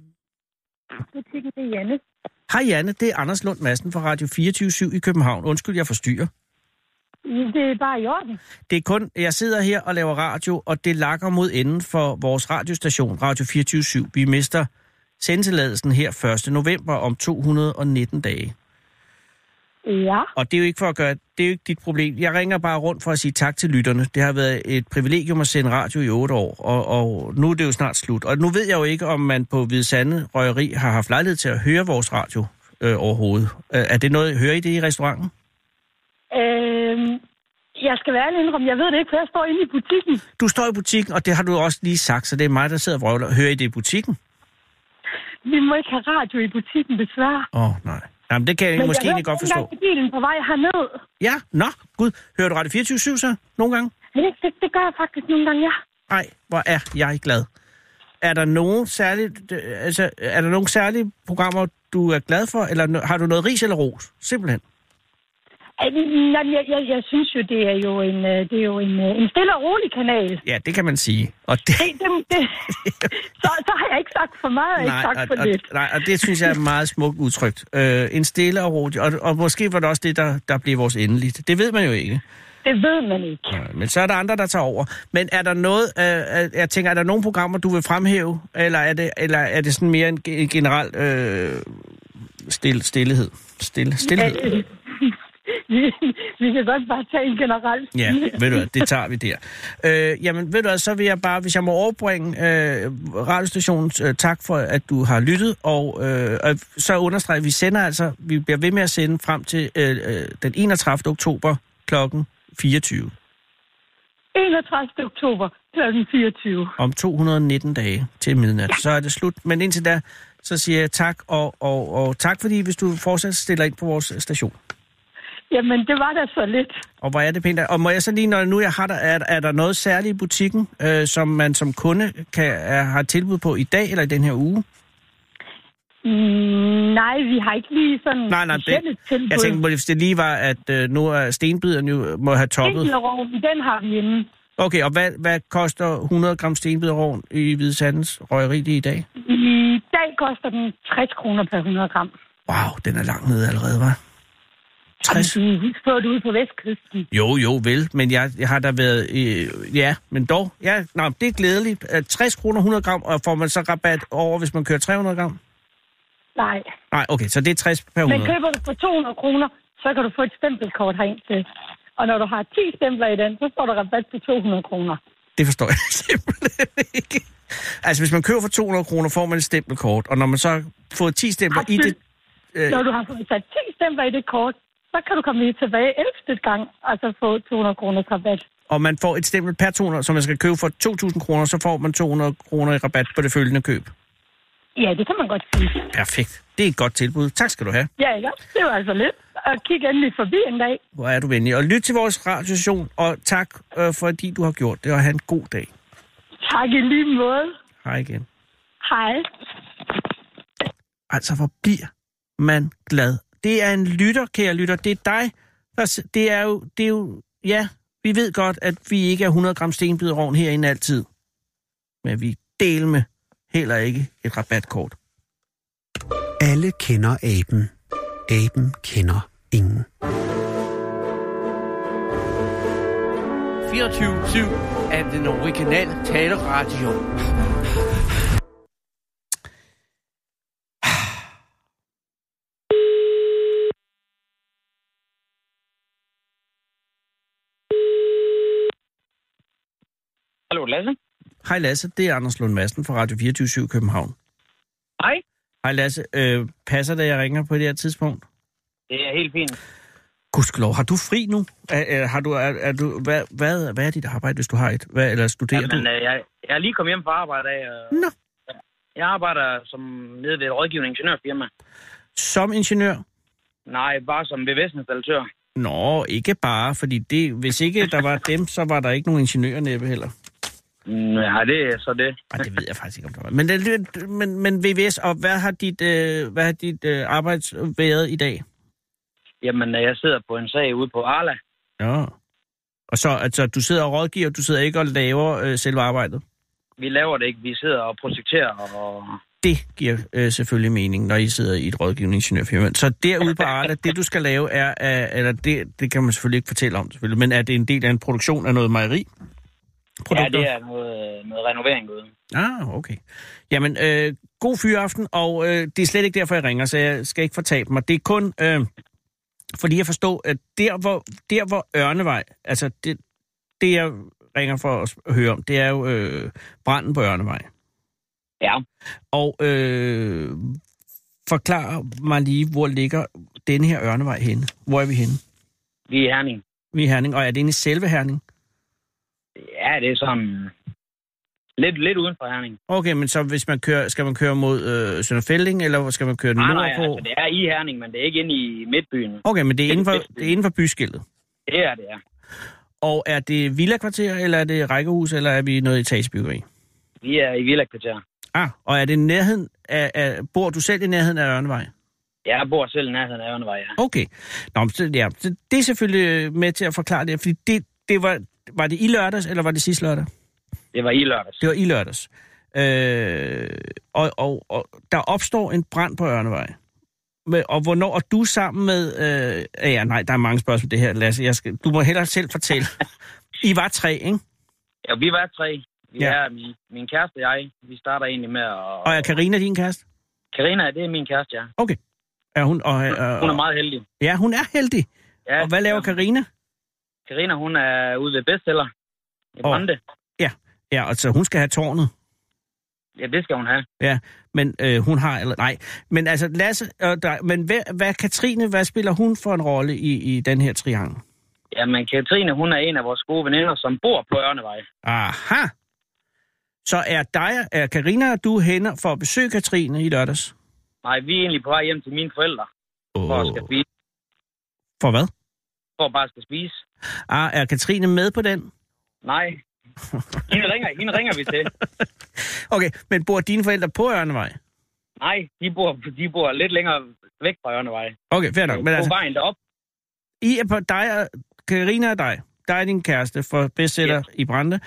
Speaker 6: Butikken, det er Janne.
Speaker 3: Hej Janne, det er Anders Lund Madsen fra Radio 24 i København. Undskyld, jeg forstyrrer.
Speaker 6: Det er bare i orden.
Speaker 3: Det er kun, jeg sidder her og laver radio, og det lakker mod enden for vores radiostation, Radio 24 Vi mister sendtilladelsen her 1. november om 219 dage.
Speaker 6: Ja,
Speaker 3: Og det er jo ikke for at gøre, det er jo ikke dit problem. Jeg ringer bare rundt for at sige tak til lytterne. Det har været et privilegium at sende radio i otte år, og, og nu er det jo snart slut. Og nu ved jeg jo ikke, om man på Hvide Sande Røgeri har haft lejlighed til at høre vores radio øh, overhovedet. Øh, er det noget, hører I det i restauranten?
Speaker 6: øh, jeg skal være ærlig indrømme, jeg ved det ikke, for jeg står inde i butikken.
Speaker 3: Du står i butikken, og det har du også lige sagt, så det er mig, der sidder og vrøvler. Hører I det i butikken?
Speaker 6: Vi må ikke have radio i butikken, desværre.
Speaker 3: Åh, oh, nej. Jamen, det kan jeg
Speaker 6: Men
Speaker 3: måske
Speaker 6: jeg
Speaker 3: egentlig godt
Speaker 6: hørte dengang
Speaker 3: forstå.
Speaker 6: i bilen på vej herned.
Speaker 3: Ja, nå, gud. Hører du Radio 24 så? Nogle gange?
Speaker 6: Det, det, det gør jeg faktisk nogle gange, ja.
Speaker 3: Nej, hvor er jeg glad. Er der nogen særlige, øh, altså, er der nogen særlige programmer, du er glad for, eller no- har du noget ris eller ros? Simpelthen.
Speaker 6: Ej, nej, men Jeg, jeg, jeg synes jo, det er jo en, øh, det er jo en, øh, en stille og rolig kanal.
Speaker 3: Ja, det kan man sige. Og det,
Speaker 6: Det, det, det, så, så har jeg ikke sagt for meget, og ikke sagt
Speaker 3: og,
Speaker 6: for
Speaker 3: og,
Speaker 6: lidt.
Speaker 3: nej, og det synes jeg er meget smukt udtrykt. Øh, en stille og rolig, og, og måske var det også det, der, der blev vores endeligt. Det ved man jo ikke.
Speaker 6: Det ved man ikke.
Speaker 3: Nej, Øh, Men så er der andre, der tager over. Men er der noget, øh, øh, jeg tænker, er der nogle programmer, du vil fremhæve, eller er det, eller er det sådan mere en, ge- en generel øh, still, stillhed? Stille, stillhed?
Speaker 6: Øh, vi, vi kan godt bare tage en generelt.
Speaker 3: Ja, ved du hvad, det tager vi der. Øh, jamen, ved du hvad, så vil jeg bare, hvis jeg må overbringe øh, radiostationens øh, tak for, at du har lyttet, og, øh, og så understreger vi sender altså, vi bliver ved med at sende frem til øh, øh, den 31. oktober klokken 24,
Speaker 6: 31. oktober kl. 24.
Speaker 3: om 219 dage til midnat. Så er det slut, men indtil da, så siger jeg tak, og, og, og tak fordi, hvis du fortsat stiller ind på vores station.
Speaker 6: Jamen, det var da så lidt.
Speaker 3: Og hvor er det pænt. af- Og må jeg så lige, når nu jeg har der, er, er der noget særligt i butikken, øh, som man som kunde kan, er, har tilbud på i dag eller i den her uge?
Speaker 6: Mm, nej, vi har ikke lige sådan
Speaker 3: Nej, nej,
Speaker 6: specielle
Speaker 3: det,
Speaker 6: tilbud.
Speaker 3: jeg tænkte, hvis det lige var, at øh, nu er stenbideren jo må have toppet.
Speaker 6: Enkelrovnen, den har vi inde.
Speaker 3: Okay, og hvad, hvad koster 100 gram stenbiderovn i Hvide Sandes røgeri lige i dag?
Speaker 6: I dag koster den 60 kroner per 100 gram.
Speaker 3: Wow, den er langt nede allerede, var. 60?
Speaker 6: Jamen, de er stået ude på vestkysten.
Speaker 3: Jo, jo, vel, men jeg, jeg har da været... Øh, ja, men dog. Ja, nå, det er glædeligt. Øh, 60 kroner 100 gram, og får man så rabat over, hvis man kører 300 gram?
Speaker 6: Nej.
Speaker 3: Nej, okay, så det er 60 per
Speaker 6: Men
Speaker 3: 100.
Speaker 6: køber du for 200 kroner, så kan du få et stempelkort herind til. Og når du har 10 stempler i den, så får du rabat på 200 kroner.
Speaker 3: Det forstår jeg simpelthen ikke. Altså, hvis man køber for 200 kroner, får man et stempelkort, og når man så har fået 10 stempler i det... Øh,
Speaker 6: Når du har fået sat 10 stempler i det kort, så kan du komme lige tilbage 11. gang, og så få 200 kroner rabat.
Speaker 3: og man får et stempel per 200, så man skal købe for 2.000 kroner, så får man 200 kroner i rabat på det følgende køb.
Speaker 6: Ja, det kan man godt sige.
Speaker 3: Perfekt. Det er et godt tilbud. Tak skal du have.
Speaker 6: Ja, ikke? også? Det var altså lidt. Og kig endelig forbi en dag.
Speaker 3: Hvor er du venlig. Og lyt til vores radiostation, og tak, øh, fordi du har gjort det, og have en god dag.
Speaker 6: Tak i lige måde.
Speaker 3: Hej igen.
Speaker 6: Hej.
Speaker 3: Altså, hvor bliver man glad? Det er en lytter, kære lytter. Det er dig. Der, s- det, er jo, det er jo... Ja, vi ved godt, at vi ikke er 100 gram stenbiderovn herinde altid. Men vi del med heller ikke et rabatkort.
Speaker 1: Alle kender aben. Aben kender ingen.
Speaker 4: 24-7 af den originale taleradio.
Speaker 8: Hallo, Lasse.
Speaker 3: Hej Lasse, det er Anders Lund Madsen fra Radio 24 København.
Speaker 8: Hej.
Speaker 3: Hej Lasse, øh, passer det, jeg ringer på det her tidspunkt?
Speaker 8: Det er helt fint.
Speaker 3: Gudskelov, har du fri nu? Er, er, har du, er, er du, hvad, hvad, hvad er dit arbejde, hvis du har et? Hvad, eller studerer
Speaker 8: Jamen,
Speaker 3: du?
Speaker 8: øh, jeg, jeg er lige kommet hjem fra arbejde af. og
Speaker 3: Nå.
Speaker 8: Jeg arbejder som nede ved et rådgivende ingeniørfirma.
Speaker 3: Som ingeniør?
Speaker 8: Nej, bare som VVS-installatør.
Speaker 3: Nå, ikke bare, fordi det, hvis ikke der var dem, så var der ikke nogen ingeniørnæppe heller.
Speaker 8: Mm, Nej, det er så det.
Speaker 3: Ej, det ved jeg faktisk ikke, om der var. Men, det- men, men VVS, og hvad har dit, øh, hvad har dit øh, arbejde været i dag?
Speaker 8: Jamen, øh, jeg sidder på en sag ude på Arla.
Speaker 3: Ja. Og så, altså, du sidder og rådgiver, du sidder ikke og laver øh, selve arbejdet.
Speaker 8: Vi laver det ikke. Vi sidder og projekterer og...
Speaker 3: Det giver øh, selvfølgelig mening, når I sidder i et rådgivende ingeniørfirma. Så derude på Arla, det du skal lave er, er eller det, det kan man selvfølgelig ikke fortælle om, selvfølgelig, men er det en del af en produktion af noget mejeri?
Speaker 8: Ja, det er noget, øh, noget renovering ude.
Speaker 3: Ah, okay. Jamen, øh, god fyraften, og øh, det er slet ikke derfor, jeg ringer, så jeg skal ikke fortabe mig. Det er kun øh, fordi jeg forstår, at der hvor, der, hvor Ørnevej, altså det, det, jeg ringer for at s- at høre om, det er jo øh, branden på Ørnevej.
Speaker 8: Ja.
Speaker 3: Og øh, forklar mig lige, hvor ligger denne her Ørnevej henne? Hvor er vi henne?
Speaker 8: Vi er i Herning.
Speaker 3: Vi er i Herning, og er det inde i selve Herning?
Speaker 8: Ja, det er sådan... Lidt, lidt uden for Herning.
Speaker 3: Okay, men så hvis man kører, skal man køre mod øh, Sønderfælding, eller hvor skal man køre
Speaker 8: Nej,
Speaker 3: nordpå?
Speaker 8: nej, altså, det er i Herning, men det er ikke inde i midtbyen.
Speaker 3: Okay, men det er
Speaker 8: Den
Speaker 3: inden for,
Speaker 8: bedste.
Speaker 3: det er inden for byskiltet.
Speaker 8: Det er det, ja.
Speaker 3: Og er det villakvarter, eller er det rækkehus, eller er vi noget etagebyggeri?
Speaker 8: Vi er i Villakvarter.
Speaker 3: Ah, og er det nærheden af, af, bor du selv i nærheden af Ørnevej?
Speaker 8: Jeg bor selv i nærheden af Ørnevej, ja.
Speaker 3: Okay. Nå, men så, ja, så det er selvfølgelig øh, med til at forklare det, fordi det, det var, var det i lørdags, eller var det sidste lørdag?
Speaker 8: Det var i lørdags.
Speaker 3: Det var i lørdags. Øh, og, og, og der opstår en brand på Ørnevej. Med, og hvornår, og du sammen med... Øh, ah ja, nej, der er mange spørgsmål om det her, Lasse. Jeg skal, du må hellere selv fortælle. I var tre, ikke?
Speaker 8: Ja, vi var tre. Vi
Speaker 3: Ja.
Speaker 8: ja. er min, min kæreste og jeg. Vi starter egentlig med at...
Speaker 3: Og er Karina din kæreste?
Speaker 8: Karina, det er min kæreste, ja.
Speaker 3: Er hun, og, øh, og,
Speaker 8: Hun er meget heldig.
Speaker 3: Ja, hun er heldig.
Speaker 8: Ja,
Speaker 3: og hvad laver Karina?
Speaker 8: Karina, hun er ude ved bestseller. I
Speaker 3: Åh.
Speaker 8: Brande.
Speaker 3: Ja, og så hun skal have tårnet.
Speaker 8: Ja, det skal hun have.
Speaker 3: Men øh, hun har... Eller, nej, men altså Lasse... Øh, der, men hvad, hvad, Katrine, hvad spiller hun for en rolle i, i den her triangel?
Speaker 8: Jamen, Katrine, hun er en af vores gode veninder, som bor på Ørnevej.
Speaker 3: Aha! Så er dig, er Karina og du hænder for at besøge Katrine i lørdags?
Speaker 8: Nej, vi er egentlig på vej hjem til mine forældre, for at skal spise.
Speaker 3: For hvad?
Speaker 8: For at bare skal spise.
Speaker 3: Ah, er Katrine med på den?
Speaker 8: Nej. Hende ringer, hende ringer vi til.
Speaker 3: Okay, men bor dine forældre på Ørnevej?
Speaker 8: Nej, de bor, de bor lidt længere væk fra Ørnevej.
Speaker 3: Okay, fair nok. Men
Speaker 8: på
Speaker 3: altså,
Speaker 8: vejen derop.
Speaker 3: I er på dig og Karina og dig. Dig er din kæreste for bestsætter yes. i Brande.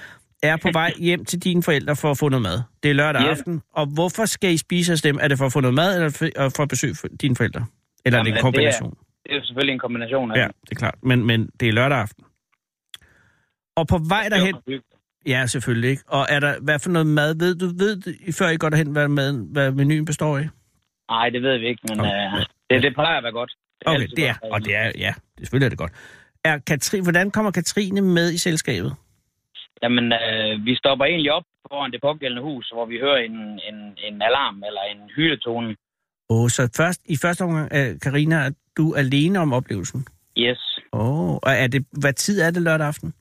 Speaker 3: er på vej hjem til dine forældre for at få noget mad. Det er lørdag
Speaker 8: Ja.
Speaker 3: aften. Og hvorfor skal I spise hos dem? Er det for at få noget mad, eller for- og for at besøge f- dine forældre? Eller er det
Speaker 8: Jamen,
Speaker 3: en
Speaker 8: det er-
Speaker 3: kombination?
Speaker 8: Det er jo selvfølgelig en kombination af
Speaker 3: Ja,
Speaker 8: dem.
Speaker 3: det er klart. Men, men det er lørdag aften. Og på vej derhen... Ja, selvfølgelig ikke. Og er der hvad for noget mad? Ved du, ved du, før I går derhen, hvad, mad, hvad menuen består af?
Speaker 8: Nej, det ved vi ikke, men
Speaker 3: Okay.
Speaker 8: øh, det, det plejer at være godt. er
Speaker 3: Okay,
Speaker 8: altid
Speaker 3: det er,
Speaker 8: godt. altså.
Speaker 3: og det er, ja, det selvfølgelig er det godt. Er Katri, hvordan kommer Katrine med i selskabet?
Speaker 8: Jamen, øh, vi stopper egentlig op foran det pågældende hus, hvor vi hører en, en, en alarm eller en hyletone.
Speaker 3: Åh, så først, i første omgang, er Karina, er du alene om oplevelsen?
Speaker 8: Yes.
Speaker 3: Åh, og er det, hvad tid er det lørdag aften?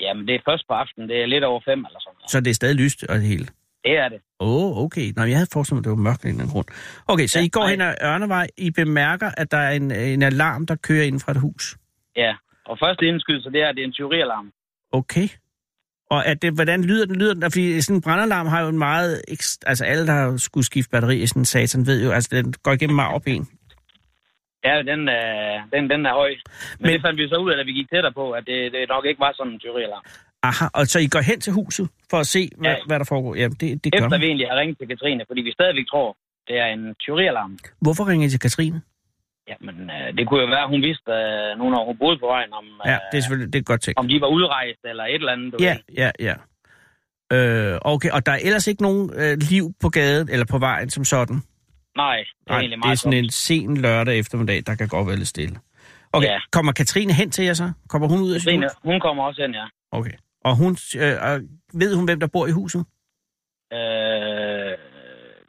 Speaker 8: Jamen, det er først på aftenen. Det er lidt over fem eller sådan noget.
Speaker 3: Så det er stadig lyst og det hele.
Speaker 8: Det er det.
Speaker 3: Åh, oh, okay. Nå, jeg havde forestillet mig, det var mørkt af en eller anden grund. Okay, så
Speaker 8: Ja,
Speaker 3: I går
Speaker 8: nej.
Speaker 3: hen ad Ørnevej. I bemærker, at der er en, en alarm, der kører ind fra et hus.
Speaker 8: Ja. Og første indskydelse, det er, at det er en tyverialarm.
Speaker 3: Okay. Og er det, hvordan lyder den? Lyder den? Fordi sådan en brandalarm har jo en meget... ekst- Altså alle, der har skulle skifte batteri i sådan en satan, ved jo, altså den går igennem meget op en.
Speaker 8: Ja, den, øh, den, den er høj. Men,
Speaker 3: Men-
Speaker 8: Men, det fandt vi så ud af, da vi gik tættere på, at det, det nok ikke var sådan en tyverialarm.
Speaker 3: Aha, og så I går hen til huset for at se, hvad,
Speaker 8: Ja.
Speaker 3: hvad der foregår. Jamen, det, det gør
Speaker 8: Efter
Speaker 3: man.
Speaker 8: vi egentlig har ringet til Katrine, fordi vi stadigvæk tror, det er en tyverialarm.
Speaker 3: Hvorfor ringer I til Katrine?
Speaker 8: Jamen, øh, det kunne jo være, at hun vidste, øh, nu når hun boede på vejen, om, øh,
Speaker 3: Ja, det er selvfølgelig det er et godt tænkt.
Speaker 8: om de var udrejst eller et eller andet. Du
Speaker 3: Ja,
Speaker 8: ved.
Speaker 3: ja, ja. Øh, okay, og der er ellers ikke nogen øh, liv på gaden eller på vejen som sådan?
Speaker 8: Nej, det er
Speaker 3: Nej,
Speaker 8: egentlig
Speaker 3: det er
Speaker 8: meget
Speaker 3: sådan en sen lørdag eftermiddag, der kan godt være lidt stille. Okay,
Speaker 8: Ja.
Speaker 3: kommer Katrine hen til jer så? Kommer hun ud af sit
Speaker 8: Katrine,
Speaker 3: hus?
Speaker 8: hun kommer også hen, ja.
Speaker 3: Okay. Og hun, øh, og ved hun, hvem der bor i huset?
Speaker 8: Øh,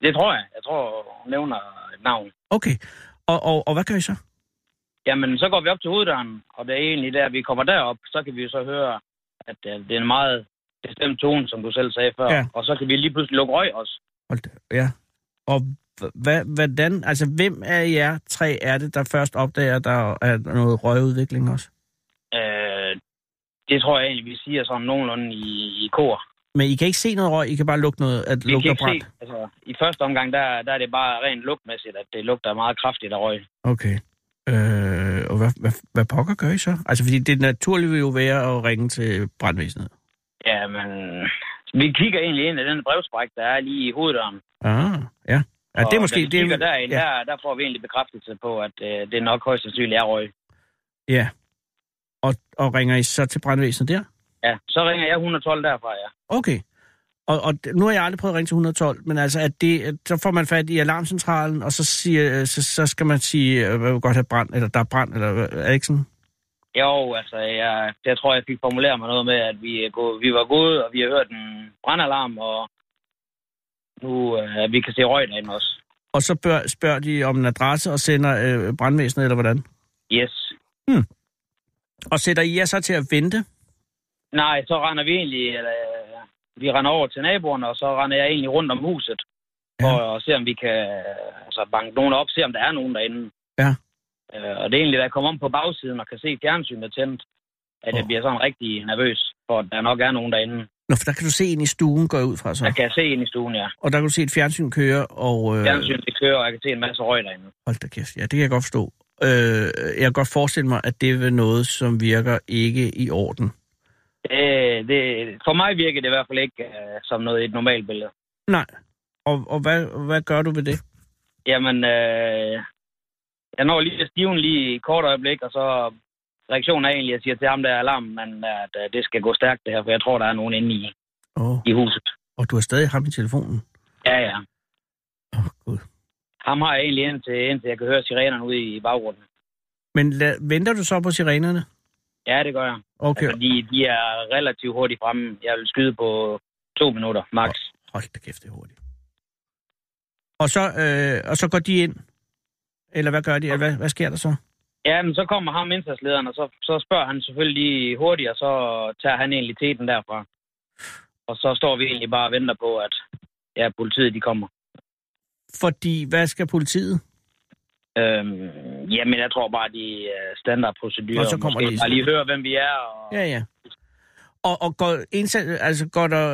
Speaker 8: det tror jeg. Jeg tror, hun nævner et navn.
Speaker 3: Okay. Og, og, og hvad gør I så?
Speaker 8: Jamen, så går vi op til hoveddøren, og det er egentlig der, vi kommer derop. Så kan vi jo så høre, at øh, det er en meget bestemt tone, som du selv sagde før.
Speaker 3: Ja.
Speaker 8: Ja. Og så kan vi lige pludselig lukke røg også.
Speaker 3: Hold da, ja. Og h- hva, hvordan, altså hvem af jer tre er det, der først opdager, at der er noget røgudvikling også?
Speaker 8: Øh, det tror jeg egentlig, vi siger sådan nogenlunde i, i kor.
Speaker 3: Men I kan ikke se noget røg, I kan bare lugte noget, at
Speaker 8: Vi kan
Speaker 3: lugter
Speaker 8: ikke
Speaker 3: brændt.
Speaker 8: se, altså, i første omgang, der, der er det bare rent lugtmæssigt, at det lugter meget kraftigt af røg.
Speaker 3: Okay. Øh, og hvad, hvad, hvad pokker gør I så? Altså, fordi det naturlige vil jo være at ringe til brandvæsenet.
Speaker 8: Jamen, vi kigger egentlig ind i den brevspræk, der er lige i hoveddøren.
Speaker 3: Ah, ja. Ja, det er
Speaker 8: Og
Speaker 3: måske...
Speaker 8: da vi kigger
Speaker 3: Det,
Speaker 8: derind,
Speaker 3: ja,
Speaker 8: der, der får vi egentlig bekræftelse på, at øh, det nok højst sandsynligt er røg.
Speaker 3: ja. Og, og ringer I så til brandvæsenet der?
Speaker 8: Ja, så ringer jeg 112 derfra, ja.
Speaker 3: Okay. Og, og d- nu har jeg aldrig prøvet at ringe til 112, men altså, at det, at så får man fat i alarmcentralen, og så, siger, øh, så, så skal man sige, at man vil godt have brand, eller der er brand, eller hvad- er det ikke sådan?
Speaker 8: Jo, altså, jeg, jeg tror, jeg fik formuleret mig noget med, at vi, er gået, vi var gået, og vi har hørt en brandalarm, og nu øh, vi kan se røg derinde også.
Speaker 3: Og så bør, spørger de om en adresse og sender øh, brandvæsenet, eller hvordan?
Speaker 8: Yes.
Speaker 3: Og sætter I jer så til at vente?
Speaker 8: Nej, så render vi egentlig, eller, øh, vi render over til naboerne, og så render jeg egentlig rundt om huset,
Speaker 3: Ja.
Speaker 8: ja. og, og ser, om vi kan øh, altså, banke nogen op, se, om der er nogen derinde.
Speaker 3: Ja.
Speaker 8: Øh, og det er egentlig, da jeg kommer om på bagsiden og kan se fjernsynet tændt, at jeg
Speaker 3: Åh.
Speaker 8: bliver sådan rigtig nervøs, for at der nok er nogen derinde.
Speaker 3: Nå, for der kan du se ind i stuen, går jeg ud fra så.
Speaker 8: Jeg kan se ind i stuen, ja.
Speaker 3: Og der kan du se et fjernsyn køre, og... Øh,
Speaker 8: Fjernsynet det kører, og jeg kan se en masse røg derinde.
Speaker 3: Hold da kæft, ja, det kan jeg godt forstå. Øh, jeg kan godt forestille mig, at det er vel noget, som virker ikke i orden.
Speaker 8: Øh, det, for mig virker det i hvert fald ikke øh, som noget i et normalt billede.
Speaker 3: Nej. Og, og hvad, hvad gør du ved det?
Speaker 8: Jamen, øh, jeg når lige at stiven lige i et kort øjeblik, og så reaktionen er egentlig, at jeg siger til ham, der er alarmmanden, at øh, det skal gå stærkt det her, for jeg tror, der er nogen inde i,
Speaker 3: Åh, oh,
Speaker 8: i huset.
Speaker 3: og du har stadig ham i telefonen?
Speaker 8: Ja, ja.
Speaker 3: Åh, oh, gud.
Speaker 8: Ham har jeg egentlig indtil, indtil jeg kan høre sirenerne ude i baggrunden.
Speaker 3: Men la, venter du så på sirenerne?
Speaker 8: Ja, det gør jeg.
Speaker 3: Okay,
Speaker 8: Altså, de, de er relativt hurtigt fremme. Jeg vil skyde på to minutter, max.
Speaker 3: hold da kæft, det er hurtigt. Og så, øh, og så går de ind? Eller hvad gør de? Eller hvad, hvad sker der så?
Speaker 8: Ja, men så kommer ham indsatslederen, og så, så spørger han selvfølgelig lige hurtigt, og så tager han egentlig teten derfra. Og så står vi egentlig bare og venter på, at ja, politiet de kommer.
Speaker 3: Fordi, hvad skal politiet?
Speaker 8: Øhm, jamen, jeg tror bare, de øh, standardprocedurer.
Speaker 3: Og så kommer
Speaker 8: Måske
Speaker 3: de i
Speaker 8: bare
Speaker 3: stedet.
Speaker 8: lige høre, hvem vi er. Og...
Speaker 3: Ja, ja. Og, og går, indsat, altså går der,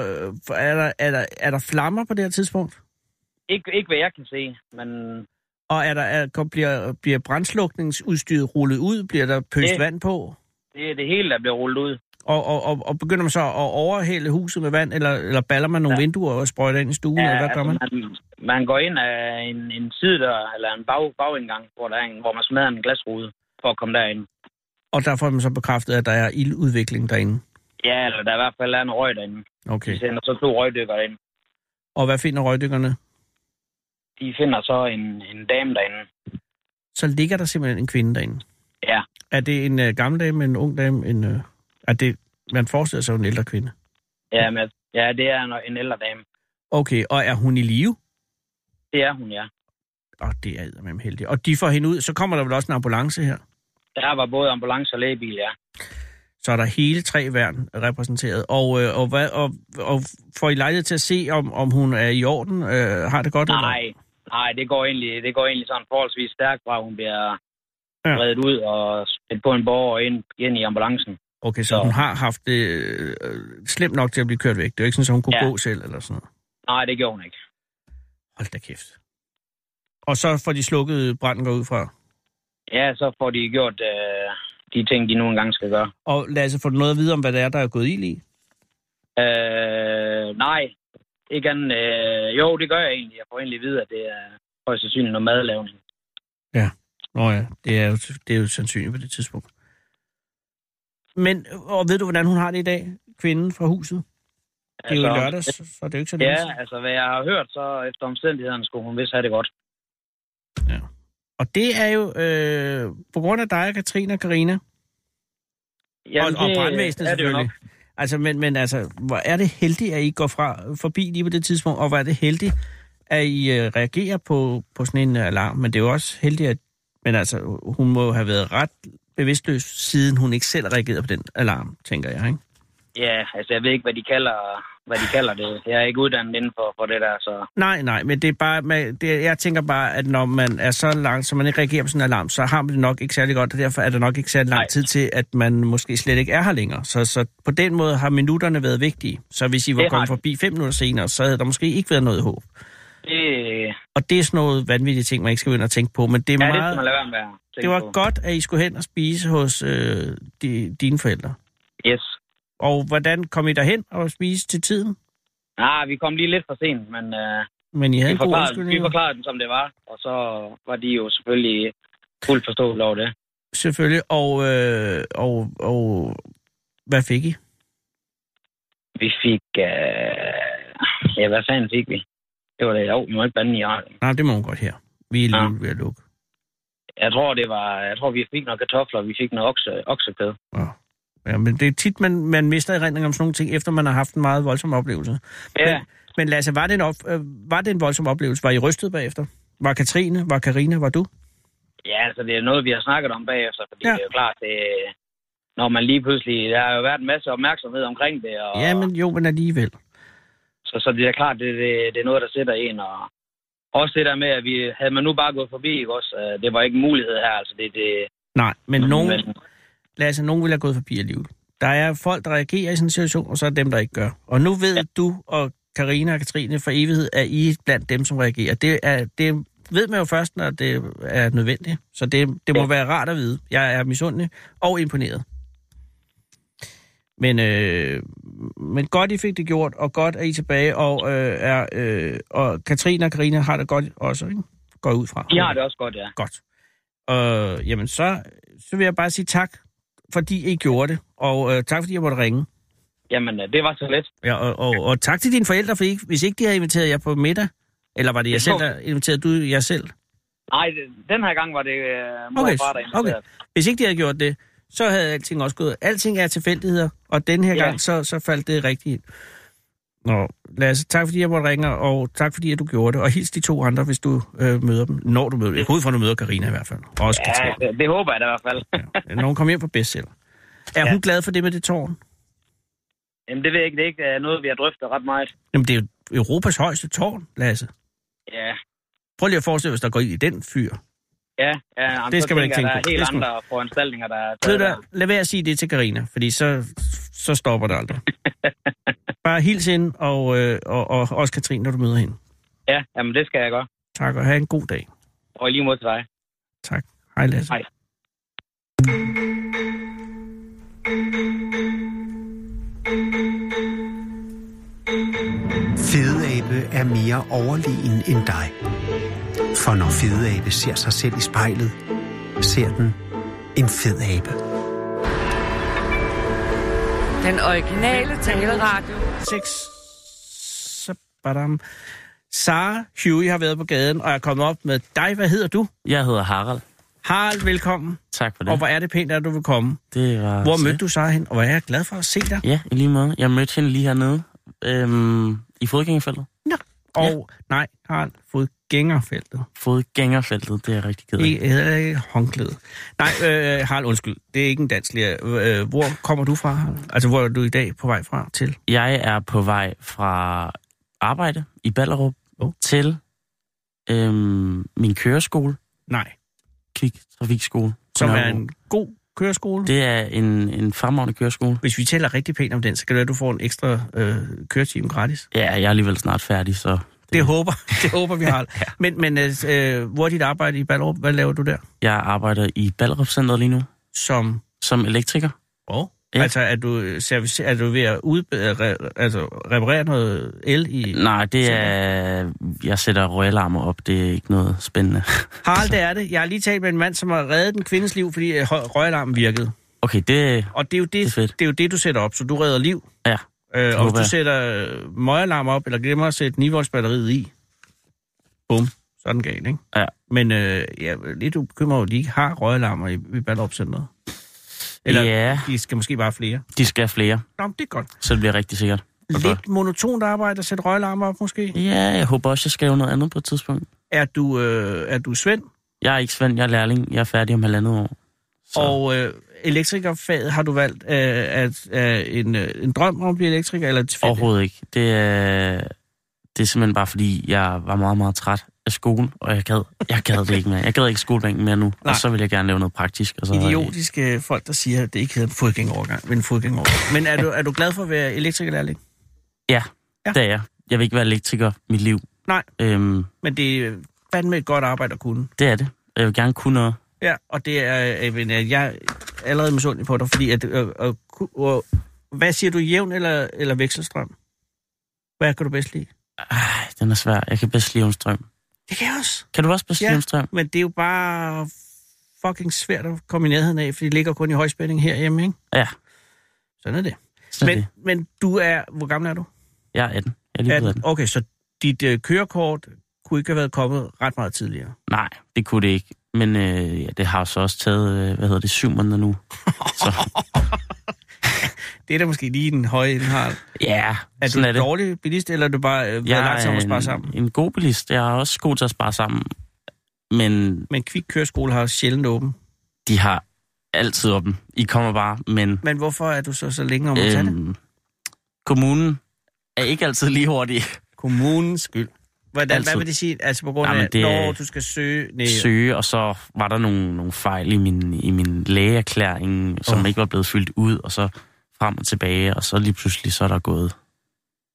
Speaker 3: er, der, er, der, er der flammer på det her tidspunkt?
Speaker 8: Ikke, ikke hvad jeg kan se, men
Speaker 3: Og er der, er, kom- bliver, bliver brændslukningsudstyret rullet ud? Bliver der pøst
Speaker 8: Det-
Speaker 3: vand på?
Speaker 8: det er det hele, der bliver rullet ud.
Speaker 3: Og, og, og, og begynder man så at overhælde huset med vand, eller, eller baller man nogle ja. vinduer og sprøjter ind i stuen, ja, eller hvad gør man?
Speaker 8: altså, man? Man går ind af en, en sidedør, eller en bag, bagindgang, hvor, der er en, hvor man smadrer en glasrude for at komme derind.
Speaker 3: Og der får man så bekræftet, at der er ildudvikling derinde.
Speaker 8: Ja, eller der er i hvert fald er en røg derinde.
Speaker 3: Okay.
Speaker 8: De sender så to røgdykker ind.
Speaker 3: Og hvad finder røgdykkerne?
Speaker 8: De finder så en, en dame derinde.
Speaker 3: Så ligger der simpelthen en kvinde derinde.
Speaker 8: Ja.
Speaker 3: Er det en uh, gammel dame, en ung dame, en... Uh, er det, man forestiller sig jo en ældre kvinde.
Speaker 8: Ja, men, ja det er en, en ældre dame.
Speaker 3: Okay, og er hun i live?
Speaker 8: Det er hun, ja.
Speaker 3: Åh, det er med heldig. Og de får hende ud, så kommer der vel også en ambulance her.
Speaker 8: Der var både ambulance og lægebil, ja.
Speaker 3: Så er der hele tre værn repræsenteret. Og, øh, og, hvad, og, og får I lejlighed til at se, om, om hun er i orden? Øh, har det godt? eller?
Speaker 8: Nej, nej, det går egentlig, det går egentlig sådan forholdsvis stærkt fra, at hun bliver
Speaker 3: Ja.
Speaker 8: ja. reddet ud og spændt på en borger og ind, ind i ambulancen.
Speaker 3: Okay, så,
Speaker 8: Så-
Speaker 3: hun har haft det øh, øh, slemt nok til at blive kørt væk. Det er jo ikke sådan, at hun kunne
Speaker 8: Ja.
Speaker 3: gå selv eller sådan noget.
Speaker 8: Nej, det gjorde hun ikke.
Speaker 3: Hold da kæft. Og så får de slukket branden går ud fra.
Speaker 8: Ja, så får de gjort øh, de ting, de nu engang skal gøre.
Speaker 3: Og Lasse, får du noget at vide om, hvad det er, der er gået ild i?
Speaker 8: Øh, nej, ikke andet. Øh, jo, det gør jeg egentlig. Jeg får egentlig at vide, at det er højst sandsynligt noget madlavning.
Speaker 3: Nå ja, det er jo, det er jo sandsynligt på det tidspunkt. Men, og ved du, hvordan hun har det i dag, kvinden fra huset? Det er jo i lørdags, så det er jo ikke så længe siden.
Speaker 8: Altså, Ja, altså hvad jeg har hørt, så efter omstændighederne skulle hun vist have det godt.
Speaker 3: Og det er jo øh, på grund af dig, Katrine og Karina og, og
Speaker 8: det
Speaker 3: brandvæsenet
Speaker 8: er det jo
Speaker 3: selvfølgelig. Altså, men, men altså, hvor er det heldigt, at I går fra, forbi lige på det tidspunkt, og hvor er det heldigt, at I øh, reagerer på, på sådan en øh, alarm. Men det er jo også heldigt, at men altså, hun må have været ret bevidstløs, siden hun ikke selv reagerede på den alarm, tænker jeg, ikke?
Speaker 8: Ja, altså jeg ved ikke, hvad de kalder, hvad de kalder det. Jeg er ikke uddannet inden for, for det der, så...
Speaker 3: Nej, nej, men det er bare, man, det, jeg tænker bare, at når man er så langt, så man ikke reagerer på sådan en alarm, så har man det nok ikke særlig godt, og derfor er der nok ikke særlig lang
Speaker 8: Nej.
Speaker 3: tid til, at man måske slet ikke er her længere. Så, så på den måde har minutterne været vigtige. Så hvis I var
Speaker 8: Det har
Speaker 3: kommet
Speaker 8: de.
Speaker 3: forbi fem minutter senere, så havde der måske ikke været noget håb.
Speaker 8: Det,
Speaker 3: Og det er sådan noget vanvittige ting, man ikke skal begynde at tænke på, men det er
Speaker 8: ja, det skal
Speaker 3: meget...
Speaker 8: man lade være med at tænke
Speaker 3: det var
Speaker 8: på.
Speaker 3: godt, at I skulle hen og spise hos øh, de, dine forældre.
Speaker 8: Yes.
Speaker 3: Og hvordan kom I derhen og spise til tiden?
Speaker 8: Nej, Ah, vi kom lige lidt for sent, men øh,
Speaker 3: Men I havde
Speaker 8: vi,
Speaker 3: en god
Speaker 8: forklarede, vi
Speaker 3: undskyldning.
Speaker 8: forklarede dem, som det var. Og så var de jo selvfølgelig fuldt forstået over det.
Speaker 3: Selvfølgelig. Og, øh, og, og hvad fik I?
Speaker 8: Vi fik... Øh, ja, hvad fanden fik vi? Det var det, jo, vi må ikke bande i radioen.
Speaker 3: Nej, det må hun godt her. Vi er lige
Speaker 8: Ja.
Speaker 3: ved at lukke.
Speaker 8: Jeg tror, det var, jeg tror, vi fik nogle kartofler, og vi fik noget okse, oksekød.
Speaker 3: Ja, men det er tit, man, man mister erindring om sådan nogle ting, efter man har haft en meget voldsom oplevelse.
Speaker 8: Ja,
Speaker 3: Men, men Lasse, var det, en op, øh, var det en voldsom oplevelse? Var I rystet bagefter? Var Katrine, var Karina, var du?
Speaker 8: ja altså, det er noget, vi har snakket om bagefter, fordi
Speaker 3: Ja.
Speaker 8: ja. det er jo klart, det, når man lige pludselig... Der har jo været en masse opmærksomhed omkring det, og,
Speaker 3: Ja, men jo, men alligevel.
Speaker 8: så, så det er klart, det, det, det er noget, der sætter en, og også det der med, at vi havde man nu bare gået forbi, ikke også? øh, Det var ikke en mulighed her, altså det... det
Speaker 3: Nej, men nogen,
Speaker 8: men-
Speaker 3: Lasse, nogen ville have gået forbi alligevel. Der er folk, der reagerer i sådan en situation, og så er dem, der ikke gør. Og nu ved ja. du og Karina og Katrine for evighed, at I er blandt dem, som reagerer. Det, er, det ved man jo først, når det er nødvendigt. Så det, det må ja.
Speaker 8: Ja.
Speaker 3: være rart at vide. Jeg er misundelig og imponeret. Men, øh, men godt, I fik det gjort, og godt, at I er tilbage, og, øh, er, øh, og Katrine og Karina har det godt også, ikke? Går jeg ud fra.
Speaker 8: De har det også godt, ja.
Speaker 3: Godt. Og jamen, så, så vil jeg bare sige tak, fordi I gjorde det. Og øh, tak, fordi jeg måtte ringe.
Speaker 8: Jamen, øh, det var så let.
Speaker 3: Ja, og, og, og tak til dine forældre, fordi hvis ikke de havde inviteret jer på middag, eller var det jer
Speaker 8: Jeg
Speaker 3: selv,
Speaker 8: tror-
Speaker 3: der inviterede du jer selv?
Speaker 8: Nej, det- den her gang var det øh, mor
Speaker 3: Okay,
Speaker 8: og far, der
Speaker 3: okay.
Speaker 8: inviterede.
Speaker 3: Hvis ikke de havde gjort det, så havde alting også gået. Alting er tilfældigheder, og den her
Speaker 8: Ja.
Speaker 3: gang, så, så faldt det rigtigt ind. Nå, Lasse, tak fordi jeg måtte ringe, og tak fordi at du gjorde det. Og hils de to andre, hvis du øh, møder dem. Når du møder dem. Jeg går ud fra, at du møder Karina i hvert fald. Og Også Katrine.
Speaker 8: Ja, det, det håber jeg da i hvert fald.
Speaker 3: Når hun kom hjem på bestseller. Er ja.
Speaker 8: Ja.
Speaker 3: hun glad for det med det tårn?
Speaker 8: Jamen, det ved jeg ikke. Det er ikke øh, noget, vi har drøftet ret meget.
Speaker 3: Jamen, det er jo Europas højeste tårn, Lasse.
Speaker 8: Ja,
Speaker 3: Prøv lige at forestille, hvis der går ild i den fyr.
Speaker 8: ja. ja jamen,
Speaker 3: Det
Speaker 8: så
Speaker 3: skal man ikke
Speaker 8: tænker jeg,
Speaker 3: tænke på.
Speaker 8: Der er helt
Speaker 3: Det skal man-
Speaker 8: andre foranstaltninger, der er
Speaker 3: Ved
Speaker 8: taget
Speaker 3: du,
Speaker 8: der.
Speaker 3: hvad, lad være at sige det til Karina, fordi så, så stopper det aldrig. Bare hils ind, og, øh, og, og også Katrine, når du møder hende.
Speaker 8: Ja, jamen, det skal jeg gøre.
Speaker 3: Tak, og have en god dag.
Speaker 8: Og i lige mod til dig.
Speaker 3: Tak. Hej, Lasse.
Speaker 8: Hej.
Speaker 1: fedeabe er mere overlegen end dig. For når fedeabe ser sig selv i spejlet, ser den en fedabe.
Speaker 9: Den originale taleradio.
Speaker 3: Sex. Så badam. Sara Huey har været på gaden, og jeg er kommet op med dig. Hvad hedder du?
Speaker 10: Jeg hedder Harald.
Speaker 3: Harald, velkommen.
Speaker 10: Tak for det.
Speaker 3: Og hvor er det pænt, at du vil komme.
Speaker 10: det var
Speaker 3: Hvor
Speaker 10: så-
Speaker 3: mødte du Sara hen, og hvor er jeg glad for at se dig.
Speaker 10: Ja, i lige måde. Jeg mødte hende lige hernede øhm, i fodgængerfeltet.
Speaker 3: Og nej, Harald, fodgængerfeltet.
Speaker 10: Fodgængerfeltet, det er jeg rigtig ked af.
Speaker 3: Det hedder ikke håndklæde. Nej, øh, Harald, undskyld. Det er ikke en dansk lærer. Øh, hvor kommer du fra, Harald? Altså, hvor er du i dag på vej fra til?
Speaker 10: Jeg er på vej fra arbejde i Ballerup
Speaker 3: Oh.
Speaker 10: oh. til øhm, min køreskole,
Speaker 3: Nej,
Speaker 10: Kvik Trafikskole. på
Speaker 3: som er
Speaker 10: Nørrebro.
Speaker 3: en god køreskole. Det.
Speaker 10: Det er en, en fremragende køreskole.
Speaker 3: Hvis vi taler rigtig pænt om den, så kan det være, at du får en ekstra øh, køretime gratis. Det,
Speaker 10: Ja, jeg er alligevel snart færdig, så
Speaker 3: det håber, det håber vi, Harald. ja. Men, men øh, hvor er dit arbejde i Ballerup? Hvad laver du der?
Speaker 10: jeg arbejder i Ballerup Centeret lige nu
Speaker 3: Som
Speaker 10: som elektriker.
Speaker 3: Oh. Ja.
Speaker 10: Ja.
Speaker 3: Altså, er du, øh, service, er du ved at udbe- øh, re- altså, reparere noget el i...
Speaker 10: Nej, det
Speaker 3: Sådan.
Speaker 10: er... Jeg sætter røgalarmer op, det er ikke noget spændende.
Speaker 3: Harald, det er det. Jeg har lige talt med en mand, som har reddet en kvindes liv, fordi øh, hø- røgalarmen virkede.
Speaker 10: Okay, det...
Speaker 3: Og det er jo det, det,
Speaker 10: er
Speaker 3: er
Speaker 10: fedt.
Speaker 3: det, er jo det du sætter op, så du redder liv.
Speaker 10: Ja,
Speaker 3: Øh, og hvis
Speaker 10: håber
Speaker 3: du
Speaker 10: jeg.
Speaker 3: sætter øh, møgalarm op, eller glemmer at sætte 9 volts batteriet i, bum, så er den galt, ikke?
Speaker 10: Ja.
Speaker 3: Men øh, ja, lidt bekymrer, at de ikke har røgalarmer i, i Ballerup Centeret. Eller
Speaker 10: Eller... ja,
Speaker 3: de skal måske bare have flere.
Speaker 10: de skal have flere,
Speaker 3: Nå, men det er godt.
Speaker 10: så det bliver rigtig sikkert. Okay.
Speaker 3: Lidt monotont arbejde at sætte røgalarmer op, måske.
Speaker 10: Ja, jeg håber også, jeg skal lave noget andet på et tidspunkt.
Speaker 3: Er du, øh, er du Svend?
Speaker 10: Jeg er ikke Svend, jeg er lærling. Jeg er færdig om halvandet år. Så...
Speaker 3: Og øh, elektrikerfaget har du valgt øh, at, øh, en, øh, en drøm om at blive elektriker, eller tilfældigt?
Speaker 10: Overhovedet ikke. Det er, det er simpelthen bare fordi, jeg var meget, meget træt af skole, og jeg gad, jeg gad det ikke mere. Jeg gad ikke skolebænken mere nu, Nej.
Speaker 3: Nej.
Speaker 10: og så vil jeg gerne lave noget praktisk. altså. Og så,
Speaker 3: Idiotiske øh, folk, der siger, at det ikke hedder en fodgængerovergang, men en fodgængerovergang. Men er du, er du glad for at være elektrikerlærling?
Speaker 10: Ja,
Speaker 3: Ja.
Speaker 10: ja, det er jeg. Jeg vil ikke være elektriker mit liv.
Speaker 3: Nej.
Speaker 10: Øhm,
Speaker 3: Men det er fandme et godt arbejde at kunne.
Speaker 10: det er det. Jeg vil gerne kunne noget.
Speaker 3: Ja, og det er, øh, men, øh, jeg er allerede misundelig på dig, fordi at, øh, øh, ku- og, hvad siger du, jævn eller, eller vekselstrøm? Hvad kan du bedst lide?
Speaker 10: Ej, den er svær. Jeg kan bedst lide strøm.
Speaker 3: Det kan jeg også.
Speaker 10: Kan du også bedst
Speaker 3: Ja.
Speaker 10: lide strøm?
Speaker 3: Men det er jo bare fucking svært at komme i nærheden af, fordi det ligger kun i højspænding herhjemme, ikke?
Speaker 10: Ja.
Speaker 3: Sådan er det.
Speaker 10: Sådan er
Speaker 3: men,
Speaker 10: det.
Speaker 3: men du er... Hvor gammel er du?
Speaker 10: Jeg er 18. Jeg er lige blevet 18.
Speaker 3: okay, så dit øh, kørekort kunne ikke have været kommet ret meget tidligere.
Speaker 10: Nej, det kunne det ikke. Men øh, ja, det har så også taget, øh, hvad hedder det, syv måneder nu. Så
Speaker 3: Det er da måske lige den høje indhold.
Speaker 10: ja,
Speaker 3: Er
Speaker 10: sådan
Speaker 3: du
Speaker 10: er
Speaker 3: en
Speaker 10: det.
Speaker 3: dårlig bilist, eller er du bare øh, ja, lagt sammen og spare sammen?
Speaker 10: en, en god bilist. Jeg er også god til at spare sammen. Men
Speaker 3: Men Kvik Køreskole har sjældent åben.
Speaker 10: de har altid åben. I kommer bare, men...
Speaker 3: Men hvorfor er du så så længe om at tage det?
Speaker 10: Øhm, kommunen er ikke altid lige hurtig.
Speaker 3: Kommunens skyld. Hvordan, hvad
Speaker 10: altid.
Speaker 3: vil det sige? Altså på grund
Speaker 10: Nej, men
Speaker 3: af,
Speaker 10: det er-
Speaker 3: når du skal søge... Nej,
Speaker 10: Søge, og så var der nogle, nogle fejl i min, i min lægeerklæring, som
Speaker 3: Åh.
Speaker 10: oh. ikke var blevet fyldt ud, og så frem og tilbage, og så lige pludselig, så er der gået.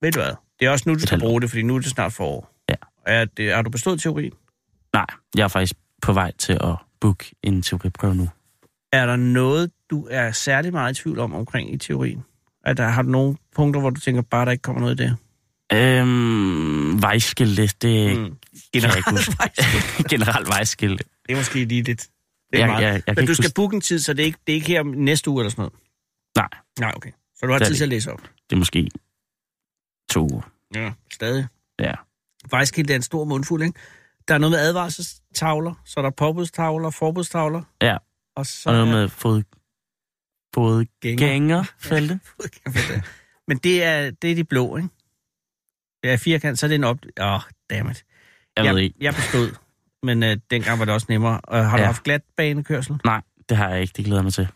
Speaker 3: Ved du hvad? Det er også nu, du
Speaker 10: Et
Speaker 3: skal
Speaker 10: halvt år.
Speaker 3: bruge det, fordi nu er det snart forår.
Speaker 10: Ja.
Speaker 3: Er, det, har du bestået teorien?
Speaker 10: Nej, jeg er faktisk på vej til at booke en teoriprøve nu.
Speaker 3: Er der noget, du er særlig meget i tvivl om omkring i teorien? Er der, har du nogle punkter, hvor du tænker, bare der ikke kommer noget i det?
Speaker 10: Øhm, vejskilde, det mm.
Speaker 3: Mm.
Speaker 10: kan jeg ikke huske.
Speaker 3: Vejskilde.
Speaker 10: Generelt vejskilde.
Speaker 3: Det er måske lige lidt. Det er
Speaker 10: Jeg,
Speaker 3: meget.
Speaker 10: jeg, jeg, jeg kan
Speaker 3: Men
Speaker 10: ikke
Speaker 3: du skal
Speaker 10: huske.
Speaker 3: booke en tid, så det er ikke, det er ikke her om næste uge eller sådan noget?
Speaker 10: Nej.
Speaker 3: Nej, okay. Så du har
Speaker 10: Det er
Speaker 3: tid
Speaker 10: det
Speaker 3: til at læse op?
Speaker 10: Det er måske to uger.
Speaker 3: Ja. Stadig?
Speaker 10: Ja.
Speaker 3: Vejskilde er en stor mundfuld, ikke? Der er noget med advarselstavler, så er der påbudstavler, forbudstavler.
Speaker 10: Ja.
Speaker 3: Og så
Speaker 10: Og noget
Speaker 3: er
Speaker 10: med fod,
Speaker 3: gænger.
Speaker 10: fodgængerfelte.
Speaker 3: Men det er, det er de blå, ikke? Det er firkant, så er det en op... Åh, oh, dammit.
Speaker 10: Jeg ved
Speaker 3: jeg,
Speaker 10: ikke.
Speaker 3: jeg bestod, men øh, dengang var det også nemmere. Øh, har du
Speaker 10: Ja.
Speaker 3: haft glatbanekørsel?
Speaker 10: Nej, det har jeg ikke. Det glæder jeg mig til.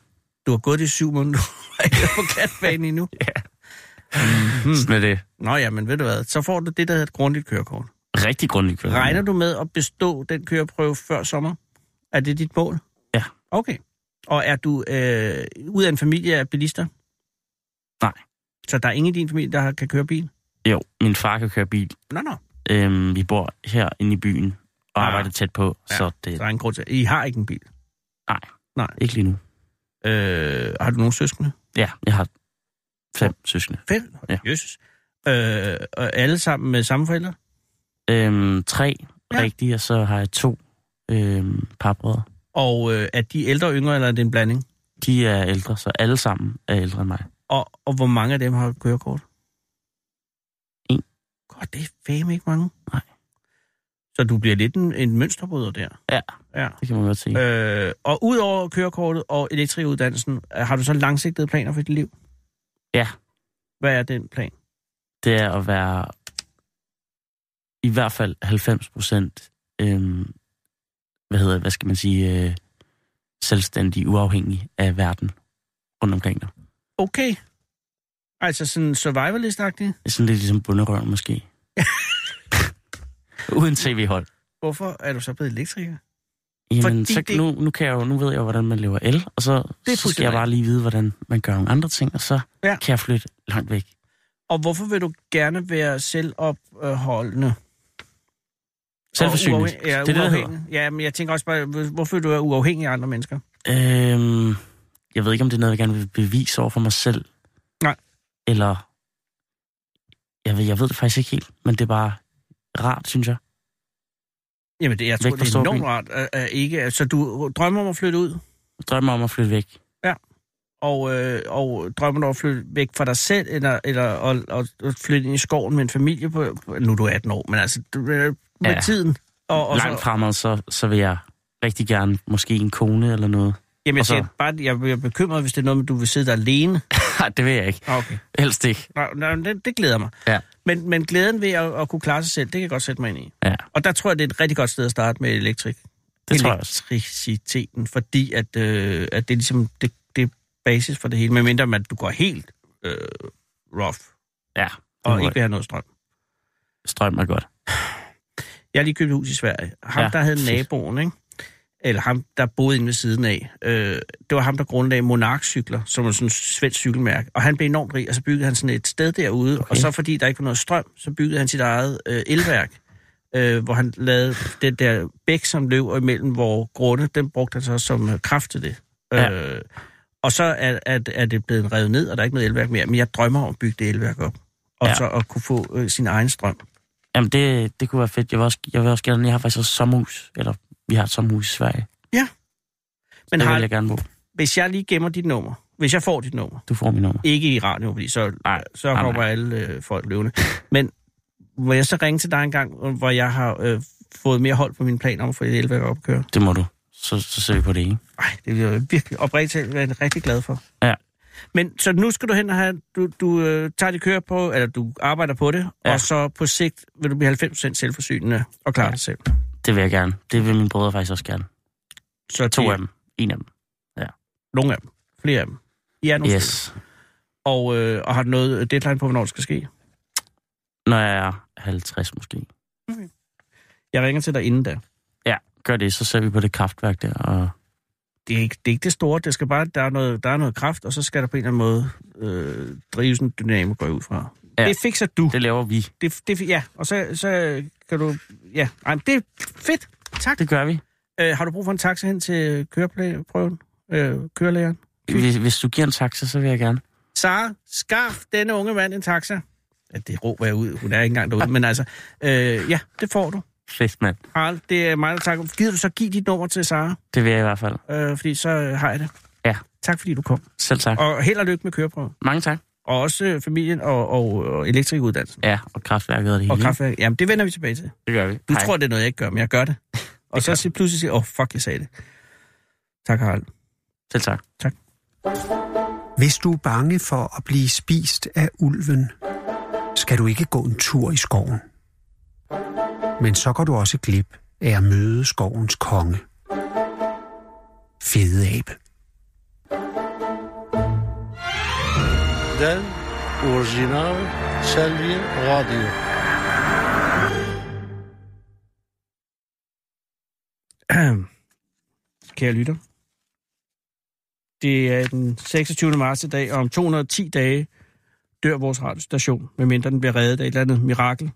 Speaker 3: Du har gået i syv måneder, du har ikke været på glatbanen endnu. Hmm.
Speaker 10: Mm. Med det
Speaker 3: Nå ja, men ved du hvad, så får du det, der hedder et grundigt kørekort.
Speaker 10: rigtig grundigt kører.
Speaker 3: Regner du med at bestå den køreprøve før sommer? Er det dit mål?
Speaker 10: Ja.
Speaker 3: Okay. Og er du øh, ud af en familie af bilister?
Speaker 10: Nej.
Speaker 3: Så der er ingen i din familie, der har- kan køre bil?
Speaker 10: Jo, min far kan køre bil.
Speaker 3: Nå, nå.
Speaker 10: Øhm, vi bor her inde i byen og
Speaker 3: Ah.
Speaker 10: arbejder tæt på,
Speaker 3: Ja.
Speaker 10: ja. så det
Speaker 3: Så der er ingen grund til. I har ikke en bil?
Speaker 10: ikke lige nu.
Speaker 3: Øh, har du nogen søskende?
Speaker 10: Ja, jeg har fem søskende.
Speaker 3: Fem?
Speaker 10: Ja.
Speaker 3: Jesus. Øh, og alle sammen med samme forældre?
Speaker 10: Øhm, tre ja. rigtige, og så har jeg to øhm, parbrødre.
Speaker 3: Og øh, er de ældre og yngre, eller er det en blanding?
Speaker 10: De er ældre, så alle sammen er ældre end mig.
Speaker 3: Og, og hvor mange af dem har kørekort?
Speaker 10: En.
Speaker 3: Godt, det er fame ikke mange.
Speaker 10: Nej.
Speaker 3: Så du bliver lidt en, en mønsterbryder der.
Speaker 10: Ja,
Speaker 3: Ja.
Speaker 10: det kan man godt sige. Øh.
Speaker 3: Øh, og udover kørekortet og elektrikuddannelsen, øh, har du så langsigtede planer for dit liv?
Speaker 10: Ja.
Speaker 3: Hvad er den plan?
Speaker 10: Det er at være i hvert fald 90 procent, øhm, hvad hedder hvad skal man sige, øh, selvstændig, uafhængig af verden rundt omkring dig.
Speaker 3: Okay. Altså sådan survivalist
Speaker 10: Det er sådan lidt ligesom bunderøven måske. Uden tv-hold.
Speaker 3: Hvorfor er du så blevet elektriker?
Speaker 10: Jamen,
Speaker 3: Fordi
Speaker 10: så
Speaker 3: det-
Speaker 10: nu, nu, kan jeg jo, nu ved jeg jo, hvordan man laver el, og så,
Speaker 3: er
Speaker 10: så skal jeg
Speaker 3: fuldstændig
Speaker 10: bare lige vide, hvordan man gør nogle andre ting, og så
Speaker 3: Ja.
Speaker 10: ja. kan jeg flytte langt væk.
Speaker 3: Og hvorfor vil du gerne være selvopholdende?
Speaker 10: Selvforsyning.
Speaker 3: Og uafhæ- Ja,
Speaker 10: det er det, der hedder.
Speaker 3: uafhængig. Ja, men jeg tænker også bare, hvor- hvorfor vil du være uafhængig af andre mennesker?
Speaker 10: Øhm, jeg ved ikke, om det er noget, jeg gerne vil bevise over for mig selv.
Speaker 3: Nej.
Speaker 10: Eller... Jeg ved, jeg ved det faktisk ikke helt, men det er bare rart, synes jeg.
Speaker 3: Jamen, det, jeg tror,
Speaker 10: Væk
Speaker 3: det
Speaker 10: fra
Speaker 3: er enormt
Speaker 10: storbyen.
Speaker 3: rart. At, at ikke, så du drømmer om at flytte ud,
Speaker 10: Jeg drømmer om at flytte væk.
Speaker 3: og, øh, og drømmer du om at flytte væk fra dig selv, eller, eller og, og, og flytte ind i skoven med en familie på... på- Nu er du 18 år, men altså, du- med ja.
Speaker 10: Ja.
Speaker 3: tiden... Og,
Speaker 10: Og
Speaker 3: og
Speaker 10: langt
Speaker 3: så,
Speaker 10: fremad, så, så vil jeg rigtig gerne måske en kone eller noget.
Speaker 3: jamen, jeg,
Speaker 10: og så-
Speaker 3: siger, bare, jeg bliver bekymret, hvis det er noget med, du vil sidde der alene.
Speaker 10: Nej, det vil jeg ikke.
Speaker 3: Ah, Okay.
Speaker 10: Helst ikke.
Speaker 3: Nå, nå, det, det glæder mig.
Speaker 10: Ja.
Speaker 3: Men, men glæden ved at, at kunne klare sig selv, det kan jeg godt sætte mig ind i.
Speaker 10: Ja.
Speaker 3: Og der tror jeg, det er et rigtig godt sted at starte med elektrik.
Speaker 10: Det tror jeg også.
Speaker 3: elektriciteten, fordi at, øh, at det er ligesom det, det er basis for det hele, medmindre man, du går helt øh, rough
Speaker 10: Ja.
Speaker 3: og
Speaker 10: Det
Speaker 3: ikke
Speaker 10: ikke...
Speaker 3: vil have noget strøm.
Speaker 10: Strøm er godt.
Speaker 3: Jeg har lige købt et hus i Sverige. Ham, ja,
Speaker 10: Ja,
Speaker 3: der havde
Speaker 10: fedt.
Speaker 3: naboen, ikke? eller ham, der boede inde ved siden af, øh, det var ham, der grundlagde Monark-cykler, som var sådan et svensk cykelmærke. Og han blev enormt rig, og så byggede han sådan et sted derude. Okay. Og så fordi der ikke var noget strøm, så byggede han sit eget øh, elværk, øh, hvor han lavede den der bæk, som løb imellem hvor grunde, den brugte han så som øh, kraft til det.
Speaker 10: Ja.
Speaker 3: Øh, og så er, er, er det blevet revet ned, og der er ikke noget elværk mere, men jeg drømmer om at bygge det elværk op. Og
Speaker 10: Ja.
Speaker 3: så at kunne få øh, sin egen strøm.
Speaker 10: Jamen, det, det kunne være fedt. Jeg vil, også, jeg vil også gerne... Jeg har faktisk også sommerhus. Eller, vi har et sommerhus i Sverige.
Speaker 3: Men
Speaker 10: det
Speaker 3: har,
Speaker 10: vil jeg gerne bo.
Speaker 3: hvis jeg lige gemmer dit nummer, hvis jeg får dit nummer,
Speaker 10: Du får min nummer.
Speaker 3: ikke i radio, fordi så,
Speaker 10: Nej,
Speaker 3: så
Speaker 10: nej,
Speaker 3: hopper alle øh, folk løvende, men må jeg så ringe til dig en gang, øh, hvor jeg har øh, fået mere hold på mine planer om at få et elværk op at køre?
Speaker 10: Det må du. Så, så ser vi på det, ikke?
Speaker 3: Ej, det bliver jeg virkelig oprigtigt talt være rigtig glad for.
Speaker 10: Ja.
Speaker 3: Men så nu skal du hen og have, du, du øh, tager dit køre på, eller du arbejder på det, ja.
Speaker 10: Ja.
Speaker 3: og så på sigt vil du blive 90% selvforsynende og klare ja. dig selv.
Speaker 10: Det vil jeg gerne. Det vil mine brødre faktisk også gerne.
Speaker 3: Så
Speaker 10: To
Speaker 3: det er
Speaker 10: af dem. En af dem.
Speaker 3: Nogle af dem. Flere af dem. I er nogle stykker.
Speaker 10: Yes.
Speaker 3: og, øh, og har du noget deadline på, hvornår det skal ske?
Speaker 10: Når jeg er 50 måske.
Speaker 3: Jeg ringer til dig inden da.
Speaker 10: Ja, gør det. Så ser vi på det kraftværk der. Og...
Speaker 3: det er ikke det, er ikke det store. Det skal bare, der er, noget, der er noget kraft, og så skal der på en eller anden måde øh, drives en dynamo, går jeg ud fra. Ja.
Speaker 10: Ja.
Speaker 3: Det fikser du.
Speaker 10: Det laver vi.
Speaker 3: Det, det, ja, og så, så kan du... Ja, Ej, men det er fedt. Tak.
Speaker 10: Det gør vi.
Speaker 3: Øh, har du brug for en taxa hen til køreprøven? Øh, kørelægeren?
Speaker 10: Hvis, hvis du giver en taxa, så vil jeg gerne.
Speaker 3: Sara, skaf denne unge mand en taxa. Ja, det råber jeg ud. Hun er ikke engang derude. men altså, øh, ja, det får du.
Speaker 10: Fedt, mand.
Speaker 3: Harald, det er mig, der takker. Gider du så give dit nummer til Sara?
Speaker 10: Det vil jeg i hvert fald.
Speaker 3: Øh, fordi så øh, har jeg det.
Speaker 10: Ja.
Speaker 3: Tak fordi du kom.
Speaker 10: Selv tak.
Speaker 3: Og held og lykke med køreprøven.
Speaker 10: Mange tak.
Speaker 3: og også øh, familien og, og, og elektrikuddannelsen.
Speaker 10: Ja, og kraftværket og det hele.
Speaker 3: Og
Speaker 10: ikke?
Speaker 3: kraftværk. Jamen, det vender vi tilbage til.
Speaker 10: Det gør vi.
Speaker 3: Du
Speaker 10: Hej.
Speaker 3: tror, det er noget, jeg ikke gør, men jeg gør det. Og så sig- pludselig siger åh, oh, fuck, jeg sagde det. Tak, Harald.
Speaker 10: Selv tak.
Speaker 1: Hvis du er bange for at blive spist af ulven, skal du ikke gå en tur i skoven. Men så går du også glip af at møde skovens konge. Fede abe.
Speaker 11: Den originale Salvia Radio.
Speaker 3: Kære lytter. Det er den 26. marts i dag, og om 210 dage dør vores radiostation, medmindre den bliver reddet af et eller andet mirakel.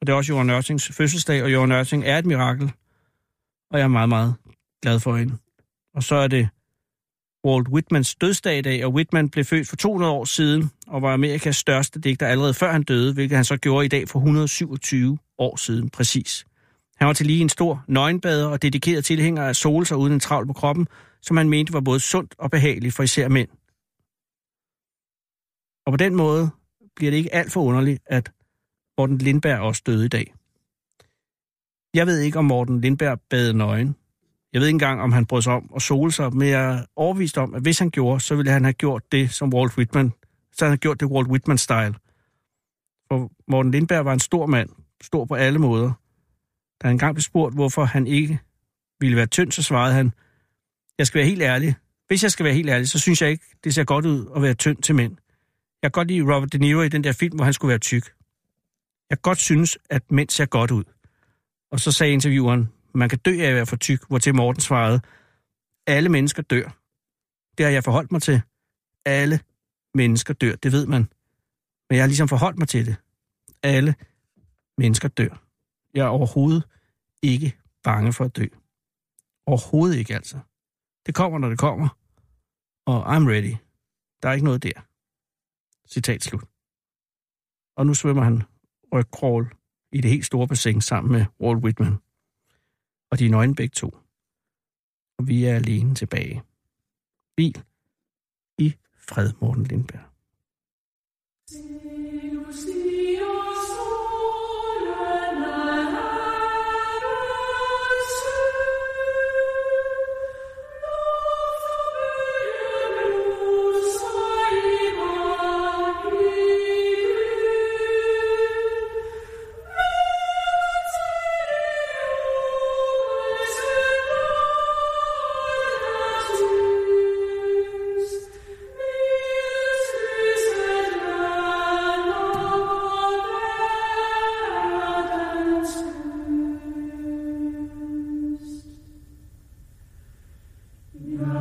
Speaker 3: Og det er også Jørgen Ørtings fødselsdag, og Jørgen Ørting er et mirakel. Og jeg er meget, meget glad for hende. Og så er det Walt Whitmans dødsdag i dag, og Whitman blev født for 200 år siden og var Amerikas største digter allerede før han døde, hvilket han så gjorde i dag for 127 år siden præcis. Han var til lige en stor nøgenbader og dedikeret tilhænger af solser uden en travl på kroppen, som han mente var både sundt og behageligt for især mænd. Og på den måde bliver det ikke alt for underligt, at Morten Lindberg også døde i dag. Jeg ved ikke, om Morten Lindberg bad nøgen. Jeg ved ikke engang, om han brød sig om at sole sig, men jeg er overvist om, at hvis han gjorde, så ville han have gjort det, som Walt Whitman, så han gjort det Walt Whitman-style. For Morten Lindberg var en stor mand, stor på alle måder. Da han engang blev spurgt, hvorfor han ikke ville være tynd, så svarede han, jeg skal være helt ærlig. Hvis jeg skal være helt ærlig, så synes jeg ikke, det ser godt ud at være tynd til mænd. Jeg kan godt lide Robert De Niro i den der film, hvor han skulle være tyk. Jeg kan godt synes, at mænd ser godt ud. Og så sagde intervieweren, man kan dø af at være for tyk, hvortil Morten svarede, alle mennesker dør. Det har jeg forholdt mig til. Alle mennesker dør, det ved man. Men jeg har ligesom forholdt mig til det. Alle mennesker dør. Jeg er overhovedet ikke bange for at dø. Overhovedet ikke altså. Det kommer, når det kommer. Og I'm ready. Der er ikke noget der. Citat slut. Og nu svømmer han rygcrawl i det helt store bassin sammen med Walt Whitman. Og de er nøgne begge to. Og vi er alene tilbage. Hvil i fred, Morten Lindberg.
Speaker 12: No.